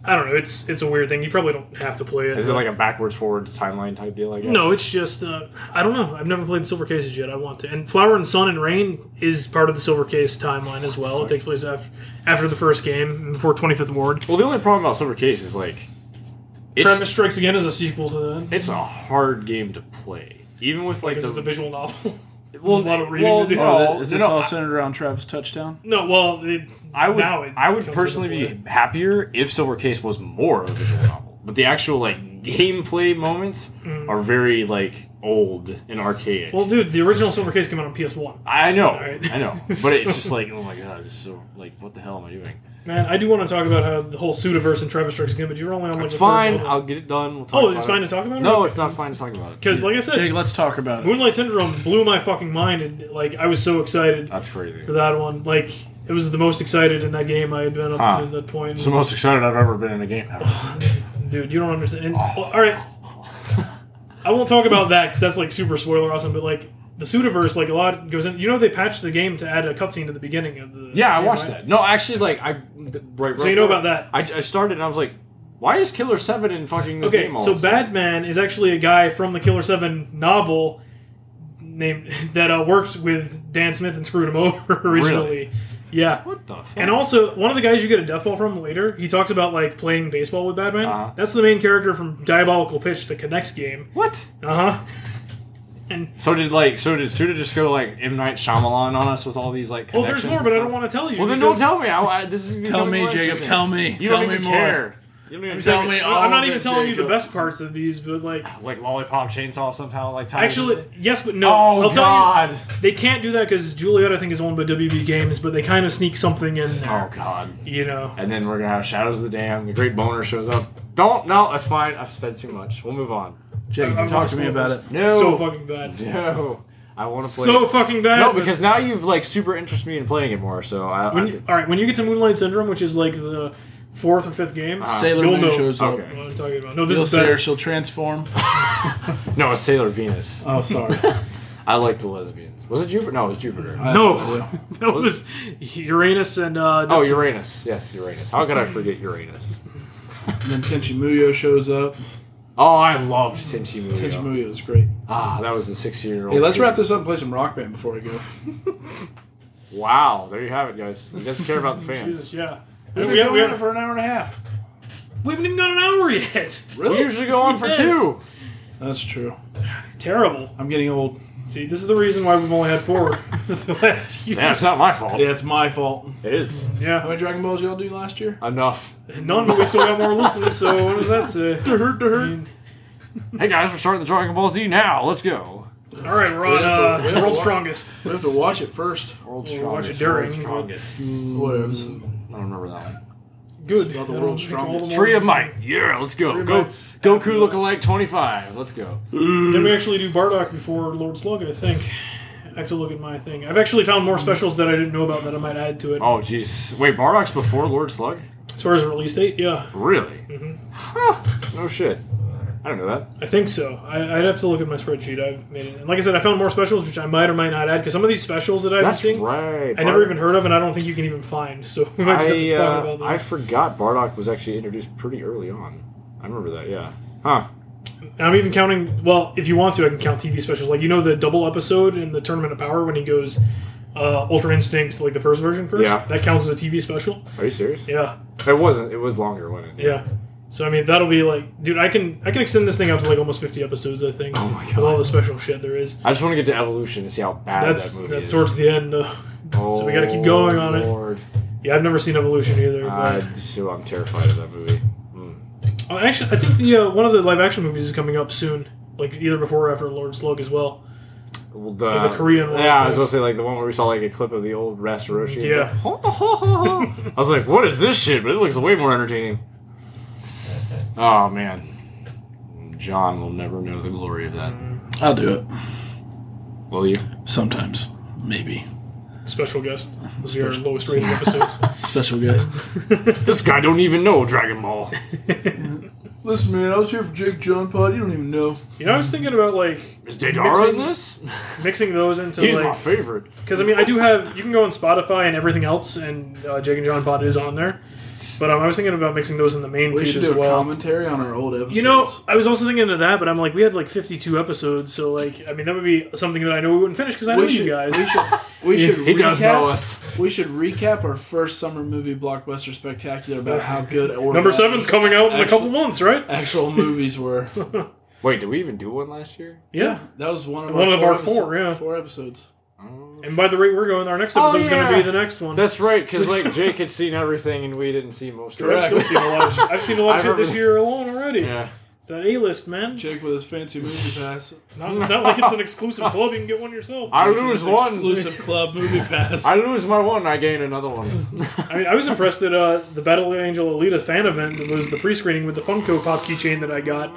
I don't know. It's it's a weird thing. You probably don't have to play it. Is it like a backwards forwards timeline type deal? I guess. no, it's just uh, I don't know. I've never played Silver Cases yet. I want to. And Flower and Sun and Rain is part of the Silver Case timeline as well. It takes place after after the first game, before Twenty Fifth Ward. Well, the only problem about Silver Case is like it's Travis Strikes Again is a sequel to that. it's a hard game to play, even with like This is a the visual novel. well, there's a lot of reading well, to do. no, Oh, is this no, all I- centered around Travis touchdown? no, well, it, I would now it I would comes into personally play. be happier if Silver Case was more of a visual novel, but the actual like gameplay moments are very like old and archaic. Mm. Well, dude, the original Silver Case came out on PS One. I know, right. I know, but it's just like oh my god, this is so like what the hell am I doing? Man, I do want to talk about how the whole Sudiverse and Travis Strikes Again, but you're only on like It's the fine. Third level. I'll get it done. We'll talk oh, about it's it. fine to talk about. it? No, it's not fine to talk about it. Because, like I said, Jake, let's talk about it. Moonlight Syndrome blew my fucking mind, and like I was so excited That's crazy. for that one. Like it was the most excited in that game I had been up Huh. to that point. It's the most excited I've ever been in a game. ever. Dude, you don't understand. And, well, all right, I won't talk about that because that's like super spoiler awesome. But like the Sudiverse, like a lot goes in. You know, they patched the game to add a cutscene to the beginning of the. Yeah, I game, watched right? that. No, actually, like I th- right. So you know about that. I, I started and I was like, why is Killer Seven in fucking this Okay, game? All so of a sudden? Batman is actually a guy from the Killer Seven novel named that uh, worked with Dan Smith and screwed him over originally. Yeah. What the? Fuck? And also, one of the guys you get a death ball from later, he talks about like playing baseball with Batman. Uh-huh. That's the main character from Diabolical Pitch, the Connect game. what? Uh huh. So did like so did Suda just go like M Night Shyamalan on us with all these like? Well, Oh, there's connections more, and but I stuff? don't want to tell you. Well, then don't because tell me. I, I, this is Tell becoming me, more Jacob. interesting. Tell me. You tell don't me even more. care. You don't even Tell care. me all I'm not of even it, telling you Jacob. the best parts of these, but like, Like lollipop chainsaw somehow like ties actually, into- yes, but no. Oh I'll god. tell you, they can't do that because Juliet, I think, is owned by WB Games, but they kind of sneak something in Oh there. god. You know, And then we're gonna have Shadows of the Dam. The Great Boner shows up. Don't. No, that's fine. I've spent too much. We'll move on. Jake, I- I talk wanna to me spoil about this. it. No. so fucking bad, No, I want to play. so fucking bad. no, It was- because now you've like super interested me in playing it more. So I, I when you, all right, when you get to Moonlight Syndrome, which is like the fourth or fifth game, Sailor You'll Moon know. oh, shows up. Okay. What I'm talking about. No, this You'll is see better. her. She'll transform. no, it's Sailor Venus. Oh, sorry. I like the lesbians. Was it Jupiter? No, it was Jupiter. No, that was Uranus and uh, oh, Uranus. Yes, Uranus. How could I forget Uranus? And then Tenchi Muyo shows up. Oh, I loved Tenchi Tenchi Muyo. Muyo is great. Ah, that was the sixteen-year-old. Hey, let's kid. wrap this up and play some Rock Band before we go. Wow, there you have it, guys. He doesn't care about the Jesus, fans. yeah. We've we, been we, going on for an hour and a half. we haven't even got an hour yet. We usually go on for Yes. two. That's true. Terrible. I'm getting old. See, this is the reason why we've only had four the last year. Yeah, it's not my fault. Yeah, it's my fault. It is How Yeah. many Dragon Balls y'all do last year? enough. None, but we still got more listens, so what does that say? I mean, Hey guys, we're starting the Dragon Ball Z now. Let's go. all right, we're on We have uh, to World's wa- Strongest. We have to watch it first. World's We'll watch it strongest. during, World's but- strongest. Whatever. I don't remember that one. Good. About the I don't World's think all Strongest. the Tree of ones- Might. Yeah, let's go. Tree of go Might's Goku after look that. alike 25. Let's go. Then Hmm. we actually do Bardock before Lord Slug, I think. I have to look at my thing. I've actually found more specials that I didn't know about that I might add to it. Oh, jeez. Wait, Bardock's before Lord Slug? As far as release date, yeah. Really? Mm-hmm. Huh. No shit. I don't know that. I think so. I, I'd have to look at my spreadsheet. I've made it. And like I said, I found more specials, which I might or might not add, because some of these specials that I've That's seen, right. I never Bardock. even heard of, and I don't think you can even find. So we might just have to I, talk uh, about I those. forgot Bardock was actually introduced pretty early on. I remember that, yeah. Huh. And I'm even counting. Well, if you want to, I can count TV specials. Like you know the double episode in the Tournament of Power when he goes uh, Ultra Instinct, like the first version first. Yeah. That counts as a TV special. Are you serious? Yeah, It wasn't. It was longer, wasn't it? yeah. So I mean, that'll be like, dude, I can I can extend this thing out to like almost 50 episodes. I think. Oh my With all God. the special shit there is. I just want to get to Evolution and see how bad That's that movie that's is. towards the end though. so we gotta keep going on it. Yeah, I've never seen Evolution either. I But just, I'm terrified of that movie. Oh, actually, I think the uh, one of the live action movies is coming up soon, like either before or after Lord Slug as well. Well, the, the Korean one, Yeah, I was so- gonna say like the one where we saw like a clip of the old Rest Roshi. and Yeah. it's like, I was like, what is this shit? But it looks way more entertaining. Oh man, John will never know the glory of that. I'll do it. Will you? Sometimes. Maybe. Special guest. This is our lowest rated episodes. Special guest. This guy don't even know Dragon Ball. Listen, man, I was here for Jake John Pod. You don't even know. You know, I was thinking about like Is Deidara in Mixing- this? mixing those into He's my like favorite. because I mean I do have you can go on Spotify and everything else, and uh, Jake and John Pod is on there. But um, I was thinking about mixing those in the main We feed should as do a well. commentary on our old episodes. You know, I was also thinking of that, but I'm like, we had like 52 episodes, so like, I mean, that would be something that I know we wouldn't finish because I know we should, you guys. We should, we He, should he recap, does know us. We should recap our first summer movie blockbuster spectacular about how good or Number bad seven's coming out in a couple Excellent. months, right? actual movies were. Wait, did we even do one last year? Yeah. that was one of One our of four our episodes- four, yeah. four episodes. And by the rate we're going, our next Oh, episode's going yeah. to be the next one. That's right, because like Jake had seen everything and we didn't see most of I've it. Correct. still seen a lot. Of, I've seen a lot I of shit this remember- year alone already. Yeah. It's that A list, man. Jake with his fancy movie pass. Not, it's not like it's an exclusive club. You can get one yourself. I Jake with lose his one. exclusive club movie pass. I lose my one. I gain another one. I mean, I was impressed that uh, the Battle Angel Alita fan event that was the pre-screening with the Funko Pop keychain that I got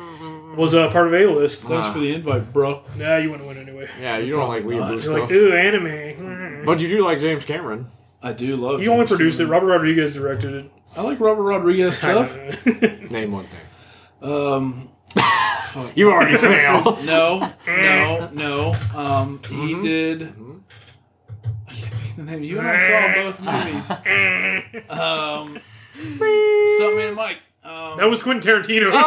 was uh, part of A list. Thanks for the invite, bro. Nah, you wouldn't win anyway. Yeah, you don't like weeaboo You're stuff, like, ooh, anime. but you do like James Cameron. I do love. He only James produced it. Robert Rodriguez directed Cameron. it. I like Robert Rodriguez stuff. Name one thing. Um, You already failed. no, no, Mm-hmm. no. Um, he did. I can't think of the name. You and I saw Mm-hmm. both movies. Um, Stuntman Mike. Um, that was Quentin Tarantino. oh man,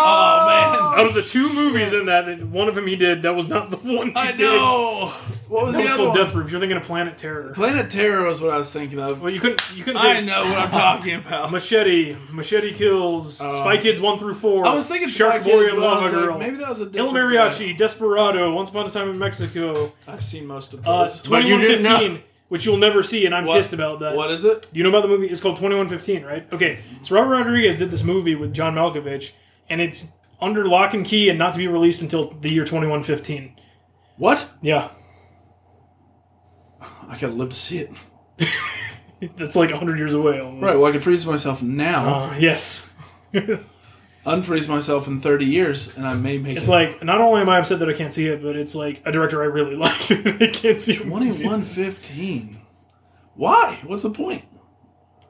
Out of the two movies in that, one of them he did. That was not the one he I did. know. What was That the was other called one? Death Proof. You're thinking of Planet Terror. Planet Terror was what I was thinking of. Well, you couldn't. You couldn't. Take I know what I'm talking about. Machete, Machete kills. Spy Kids one through four. I was thinking Shark Spy Boy Kids, and but I Lava was like, Girl. Maybe that was a El different Mariachi, Desperado, Once Upon a Time in Mexico, guy. I've seen most of uh, those. But you didn't 2115, which you'll never see, and I'm What? pissed about that. what is it? You know about the movie? It's called 2115, right? Okay, so Robert Rodriguez did this movie with John Malkovich, and it's under lock and key and not to be released until the year 2115. What? Yeah, I gotta live to see it. that's like 100 years away almost. Right. Well, I can freeze myself now. Uh, yes. Unfreeze myself in 30 years, and I may make Uh-huh. It's it. like, not only am I upset that I can't see it, but it's like a director I really like that I can't see. a movie. 2115. Why? What's the point?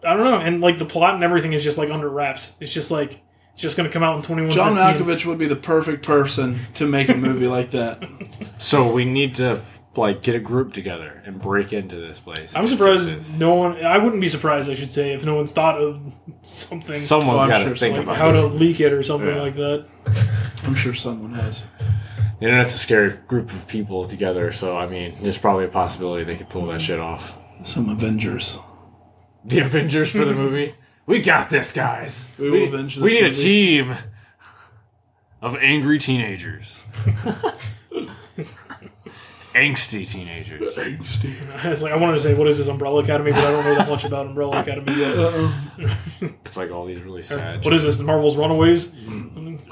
I don't know. And like the plot and everything is just like under wraps. It's just like it's just going to come out in 21. John Malkovich would be the perfect person to make a movie like that. So we need to like get a group together and break into this place. I'm surprised no one. I wouldn't be surprised, I should say, if no one's thought of something Someone's Oh, I'm got to sure think like about how it. to leak it or something Yeah. like that. I'm sure someone has. The internet's a scary group of people together, so I mean, there's probably a possibility they could pull that shit off. Some Avengers. The Avengers for the movie. We got this, guys. We will avenge this we need movie. a team of angry teenagers, angsty teenagers. Thanks, Steve. I was like, I wanted to say, what is this Umbrella Academy? But I don't know that much about Umbrella Academy yet. It's like all these really sad. What is this? The Marvel's Runaways?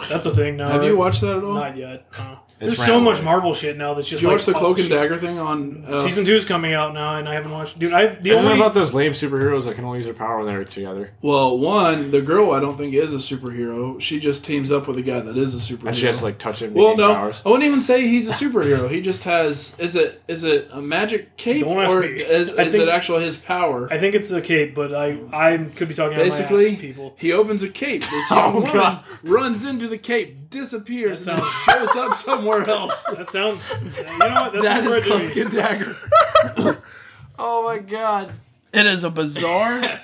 That's a thing now. Have right? you watched that at all? Not yet. no. Mm-hmm. It's There's so Runaway. much Marvel shit now that's just Did you like watch the lots Cloak of and shit. Dagger thing on uh, Season two's coming out now, and I haven't watched. Dude, I the Isn't it only about those lame superheroes that can only use their power when they're together? Well, one, the girl I don't think is a superhero. She just teams up with a guy that is a superhero. And she has to like touch him. to well, gain no, Oh, powers. I wouldn't even say he's a superhero. He just has is it is it a magic cape Don't ask or me. is, I is think- it actual his power? I think it's the cape, but I I could be talking Basically, Basically, ass, people. he opens a cape. This young woman God. runs into the cape, disappears, That and then shows up somewhere else. That sounds. You know what? That's that is what we're Cloak doing. and Dagger. Oh my god. It is a bizarre.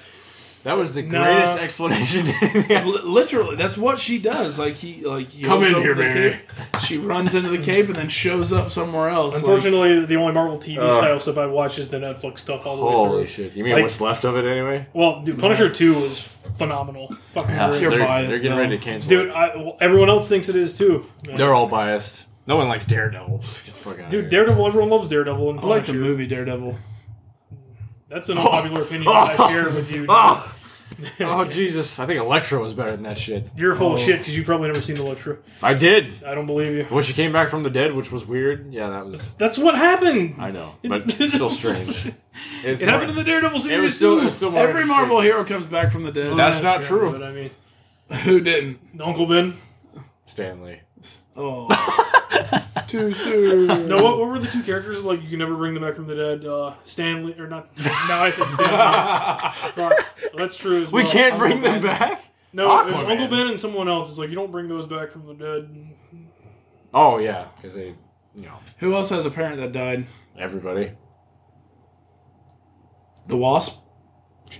That was the No. greatest explanation. li- literally, that's what she does. Like he, like he Come opens in up here, the baby. cape, She runs into the cape and then shows up somewhere else. like- Unfortunately, the only Marvel TV style stuff I watch is the Netflix stuff all the way Holy through. shit. You mean Like- what's left of it anyway? Well, dude, Punisher Two was phenomenal. Fucking great. You're they're, biased, they're getting though. ready to cancel. Dude, it. I, well, everyone else thinks it is too. they're all biased. No one likes Daredevil. Get the fuck out Dude, Daredevil. Everyone loves Daredevil and I like the Punisher. movie Daredevil. That's an unpopular opinion that I share with you. John. Oh Jesus! I think Elektra was better than that shit. You're full of shit because you've probably never seen Electra. I did. I don't believe you. When she came back from the dead, which was weird. Yeah, that was. That's what happened. I know, but still strange. It's It more- happened in the Daredevil series It was still. It too. was still more Every interesting. Marvel hero comes back from the dead. That's Yeah, not fair, true. But I mean, Who didn't? Uncle Ben. Stanley. Oh, too soon. No, what, what were the two characters like? You can never bring them back from the dead. Uh, Stanley or not? Now I said Stanley. Fuck. that's true. As We well. can't bring Uncle them back. No, it was Aquaman. Uncle Ben and someone else. It's like you don't bring those back from the dead. Oh yeah, because they, you know, Who else has a parent that died? everybody. The Wasp.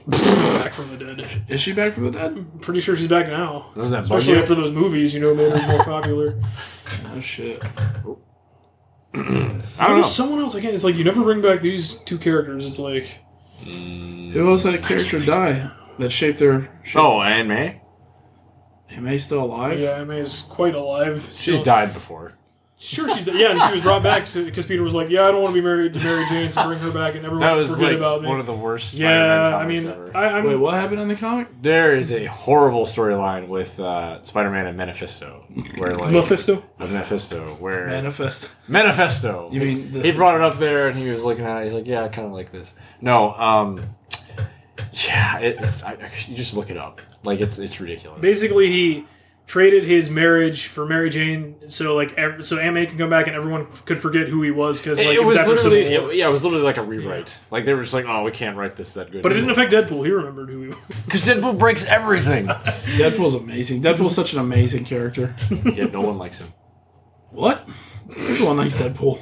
back from the dead. Is she back from the dead? Pretty sure she's back now. Doesn't that bug Especially you? after those movies, you know, made her more popular. Oh shit. I There don't know. was someone else again. It's like you never bring back these two characters. It's like Who else had a character die that shaped their? Shape? Oh, Anne May. Am I still alive? yeah, Emma is quite alive. She's still. died before. Sure, she's dead. yeah, and she was brought back because Peter was like, yeah, I don't want to be married to Mary Jane, so bring her back, and everyone That was forget like about me. one of the worst. Spider-Man yeah, I comics mean, ever. I, I'm Wait, what happened in the comic? there is a horrible storyline with uh, Spider-Man and Manifesto, where like Mephisto. with Mephisto, where Manifest. Manifesto. You mean the- he brought it up there and he was looking at it. He's like, "Yeah, I kind of like this." No, um, yeah, it, it's I, you just look it up. Like it's it's ridiculous. Basically, he traded his marriage for Mary Jane, so like ev- so Aunt May can come back, and everyone f- could forget who he was because it, like it was after literally Civil War. yeah, it was literally like a rewrite. Like they were just like, "Oh, we can't write this that good." But it didn't affect Deadpool. He remembered who he was. because Deadpool breaks everything. Deadpool's amazing. Deadpool's such an amazing character. yeah, no one likes him. What? Everyone likes Deadpool.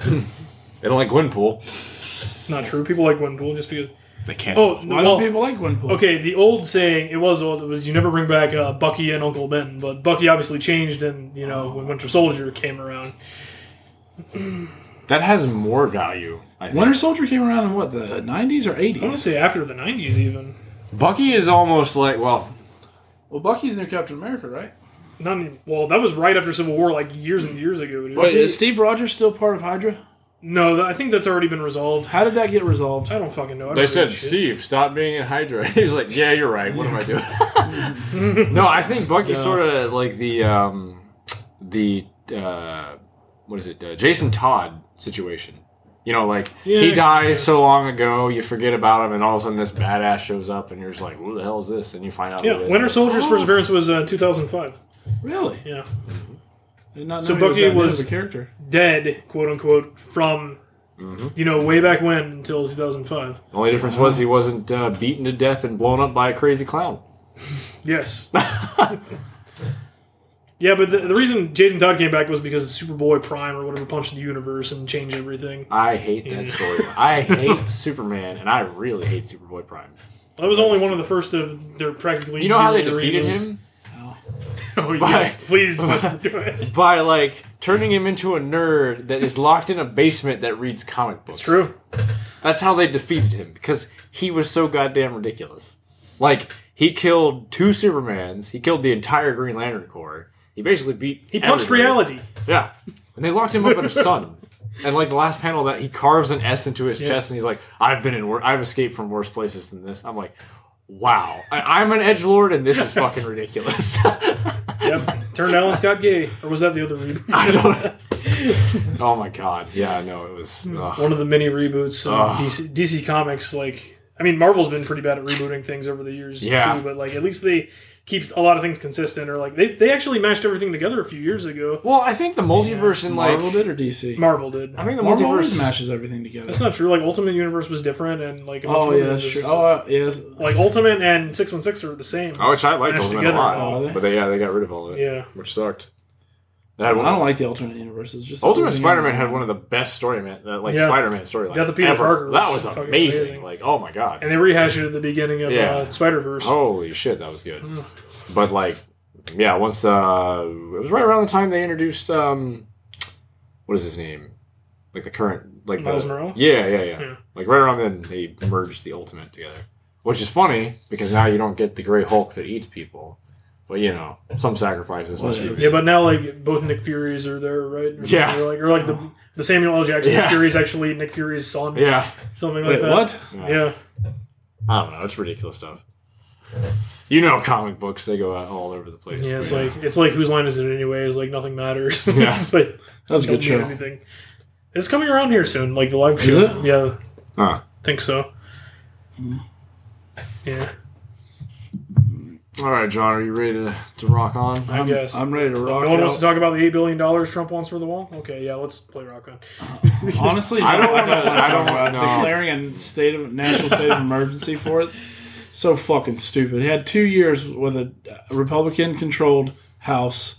They don't like Gwenpool. It's not true. People like Gwenpool just because. They can't. Oh no! Why well, don't people like Gwenpool? okay, the old saying it was old. It was you never bring back uh, Bucky and Uncle Ben, but Bucky obviously changed, and you know when Winter Soldier came around. that has more value. I think. Winter Soldier came around in what the '90s or I want to '80s? say after the '90s, even Bucky is almost like well, Well, Bucky's new Captain America, right? not even, well. That was right after Civil War, like years and years ago. Dude. Wait, is Steve Rogers still part of Hydra? No, th- I think that's already been resolved. How did that get resolved? I don't fucking know. I They don't said, read shit. Steve, stop being in Hydra. he was like, Yeah, you're right. What am I doing? no, I think Bucky's Yeah. sort of like the um, the uh, what is it? Uh, Jason Todd situation. You know, like Yeah, he dies so long ago, you forget about him, and all of a sudden this badass shows up, and you're just like, "Who the hell is this?" And you find out. who it Yeah, is. Winter Soldier's first appearance was uh, 2005. Really? Yeah, I did not know So he was Bucky that new was- of a character. dead, quote unquote, from Mm-hmm. you know way back when until 2005. The only difference was he wasn't uh, beaten to death and blown up by a crazy clown. Yes. yeah, but the, the reason Jason Todd came back was because Superboy Prime or whatever punched the universe and changed everything. I hate that Yeah. story. I hate Superman, and I really hate Superboy Prime. That was only one of the first of their practically. You know how they yearly defeated reruns. him? Oh yes, Bye. please do it. by like turning him into a nerd that is locked in a basement that reads comic books. It's true. That's how they defeated him because he was so goddamn ridiculous. Like he killed two Supermans. He killed the entire Green Lantern Corps. He basically beat. He punched everybody. reality. Yeah, and they locked him up in a sun. And like the last panel, that he carves an S into his chest, and he's like, "I've been in, wor- I've escaped from worse places than this." I'm like, "Wow, I- I'm an edge lord, and this is fucking ridiculous." Yep. Turned Alan Scott gay, or was that the other reboot? I don't. oh my god! Yeah, no, it was. ugh. one of the many reboots of DC, DC Comics. Like, I mean, Marvel's been pretty bad at rebooting things over the years, Yeah. too. But like, at least they keep a lot of things consistent. Or like, they they actually mashed everything together a few years ago. Well, I think the multiverse in like Marvel did or DC? Marvel did. I think the Marvel multiverse always mashes everything together. That's not true. Like, Ultimate Universe was different, and like, a bunch Oh of yeah, other that's ones. true. Oh uh, yes. Like Ultimate and Six One Six are the same. I wish I liked mashed Ultimate together. a lot, Oh, are they? but they yeah they got rid of all of it, Yeah. which sucked. They I had don't, one. like the alternate universes. Just Ultimate Spider-Man had one of the best story man, uh, like Yeah. Spider-Man storylines. Death of Peter ever. Parker was That was fucking amazing. amazing. Like, oh my god, And they rehash it at the beginning of Yeah. Oh, uh, Spider Verse. holy shit, that was good. Mm. But like, yeah, once uh, it was right around the time they introduced um, what is his name? Like the current like Miles the, Morales? Yeah, yeah, yeah, Yeah. Like right around then, they merged the Ultimate together, which is funny because now you don't get the Gray Hulk that eats people, but you know, some sacrifices must be. Whatever. Yeah, but now like both Nick Furies are there, right? Or Yeah. Or like, or like the the Samuel L. Jackson Yeah. Nick Fury's actually Nick Fury's son. Yeah, Something like Wait, that. what? Yeah. I don't know. It's ridiculous stuff. You know, comic books they go out all over the place. Yeah, it's but- like it's like whose line is it anyway? It's like nothing matters. Yeah. it's like That was a don't good mean show. anything. It's coming around here soon, like the live show. it? Mm-hmm. Yeah, Huh. think so. Yeah, All right, John, are you ready to, to rock on? I guess. I'm ready to rock. no one wants to out. talk about the eight billion dollars Trump wants for the wall. Okay, yeah, let's play rock on. Honestly, no, I I don't don't, wanna- want I to don't talk about wanna- it. no. declaring a state of national state of emergency for it. So fucking stupid. He had two years with a Republican-controlled House.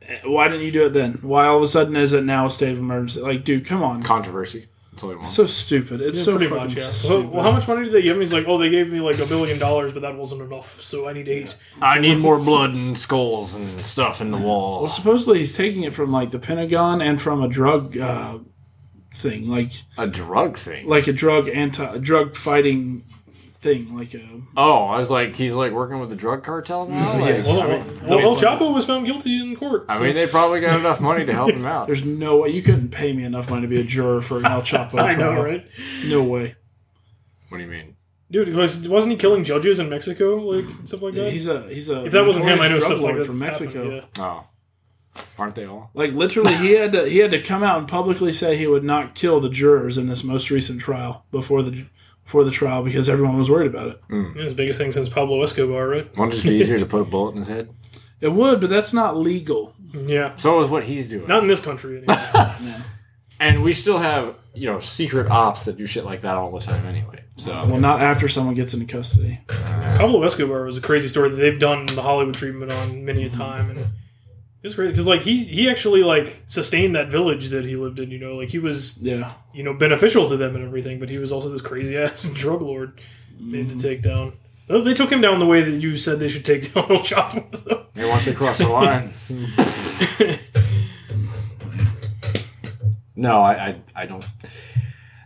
Eh, Why didn't you do it then? Why all of a sudden is it now a state of emergency? Like, dude, come on. Controversy. That's all he wants. So stupid. It's so pretty fucking much, yeah. So, stupid. well, how much money did they give him? He's like, oh, they gave me like a billion dollars, but that wasn't enough, so I need eight. I need more blood and skulls and stuff in the wall. Well, supposedly he's taking it from like the Pentagon and from a drug uh, thing, like A drug thing. like a drug anti drug fighting thing, like a oh, I was like, he's like working with the drug cartel now. Like, Yes. I Well, mean, well, El Chapo was found guilty in court. I mean, they probably got enough money to help him out. There's no way you couldn't pay me enough money to be a juror for an El Chapo I trial. know, right? No way. What do you mean? Dude, was, wasn't he killing judges in Mexico, like and stuff like that? He's a he's a. if that wasn't him, I know notorious drug stuff like lord that from Mexico. Oh, aren't they all? Like literally, he had to he had to come out and publicly say he would not kill the jurors in this most recent trial before the before the trial because everyone was worried about it. Yeah, his biggest thing since Pablo Escobar, right? Wouldn't it just be easier to put a bullet in his head? It would, but that's not legal. Yeah, So is what he's doing. not in this country anyway. And we still have, you know, secret ops that do shit like that all the time anyway. So Well, not after someone gets into custody. Pablo Escobar was a crazy story that they've done the Hollywood treatment on many a time, and it's crazy because like he he actually like sustained that village that he lived in. You know, like he was Yeah, you know beneficial to them and everything, but he was also this crazy ass drug lord they had to take down. Though They took him down the way that you said they should take down El Chapo. though. hey, once they cross the line. no, I, I, I don't.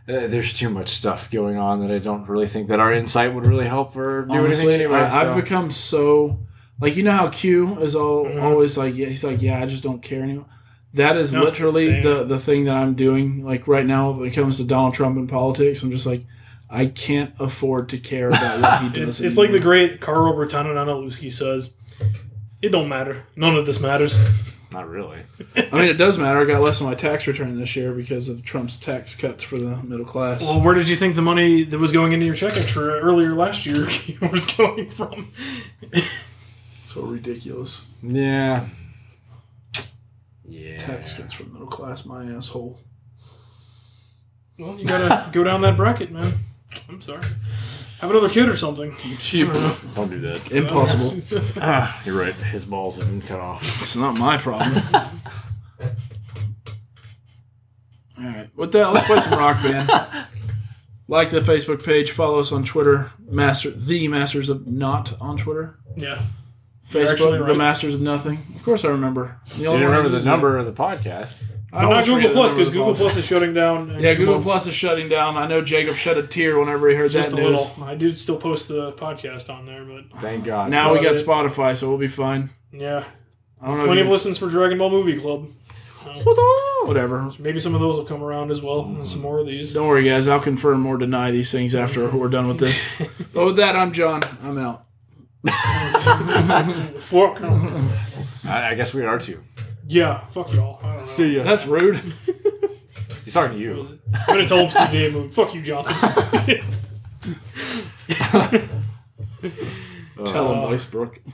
Uh, there's too much stuff going on that I don't really think that our insight would really help or do honestly, anything anyway. I, so. I've become so like you know how Q is all always like yeah he's like yeah I just don't care anymore. That is Mm-hmm. No, literally same. the the thing that I'm doing like right now when it comes to Donald Trump and politics. I'm just like I can't afford to care about what he does. It's, it's like the anymore. great Carl Bertano Nanalewski says, "It don't matter. None of this matters." Not really. I mean it does matter. I got less on my tax return this year because of Trump's tax cuts for the middle class. Well, where did you think the money that was going into your check extra earlier last year was going from? so ridiculous Yeah. Yeah. tax cuts for the middle class. My asshole. Well, you gotta go down that bracket, man. I'm sorry. Have another kid or something. Don't do that. Impossible. You're right. His balls have been cut off. It's not my problem. All right. With that, let's play some rock band. Like the Facebook page, follow us on Twitter, Master the Masters of Not on Twitter. Yeah. You're actually Facebook, right. the Masters of Nothing. Of course, I remember. The Do only you one I remember the use is- number of the podcast? I But not always Google forget the Plus number of because the Google podcast. Plus is shutting down. in Yeah, two Google months. Plus is shutting down. I know Jacob shed a tear whenever he heard Just that a news. little. I do still post the podcast on there, but Thank God. Now we got It- Spotify, so we'll be fine. yeah, I don't know. if plenty you of can- listens for Dragon Ball Movie Club. Whatever. Maybe some of those will come around as well, and some more of these. Don't worry, guys. I'll confirm or deny these things after we're done with this. but with that, I'm John. I'm out. Fuck. I, I guess we are too. Yeah, fuck y'all. I don't know. See ya. That's rude. He's talking to you. I'm gonna tell him Steve Day moved. Fuck you, Johnson. Tell him, Icebrook.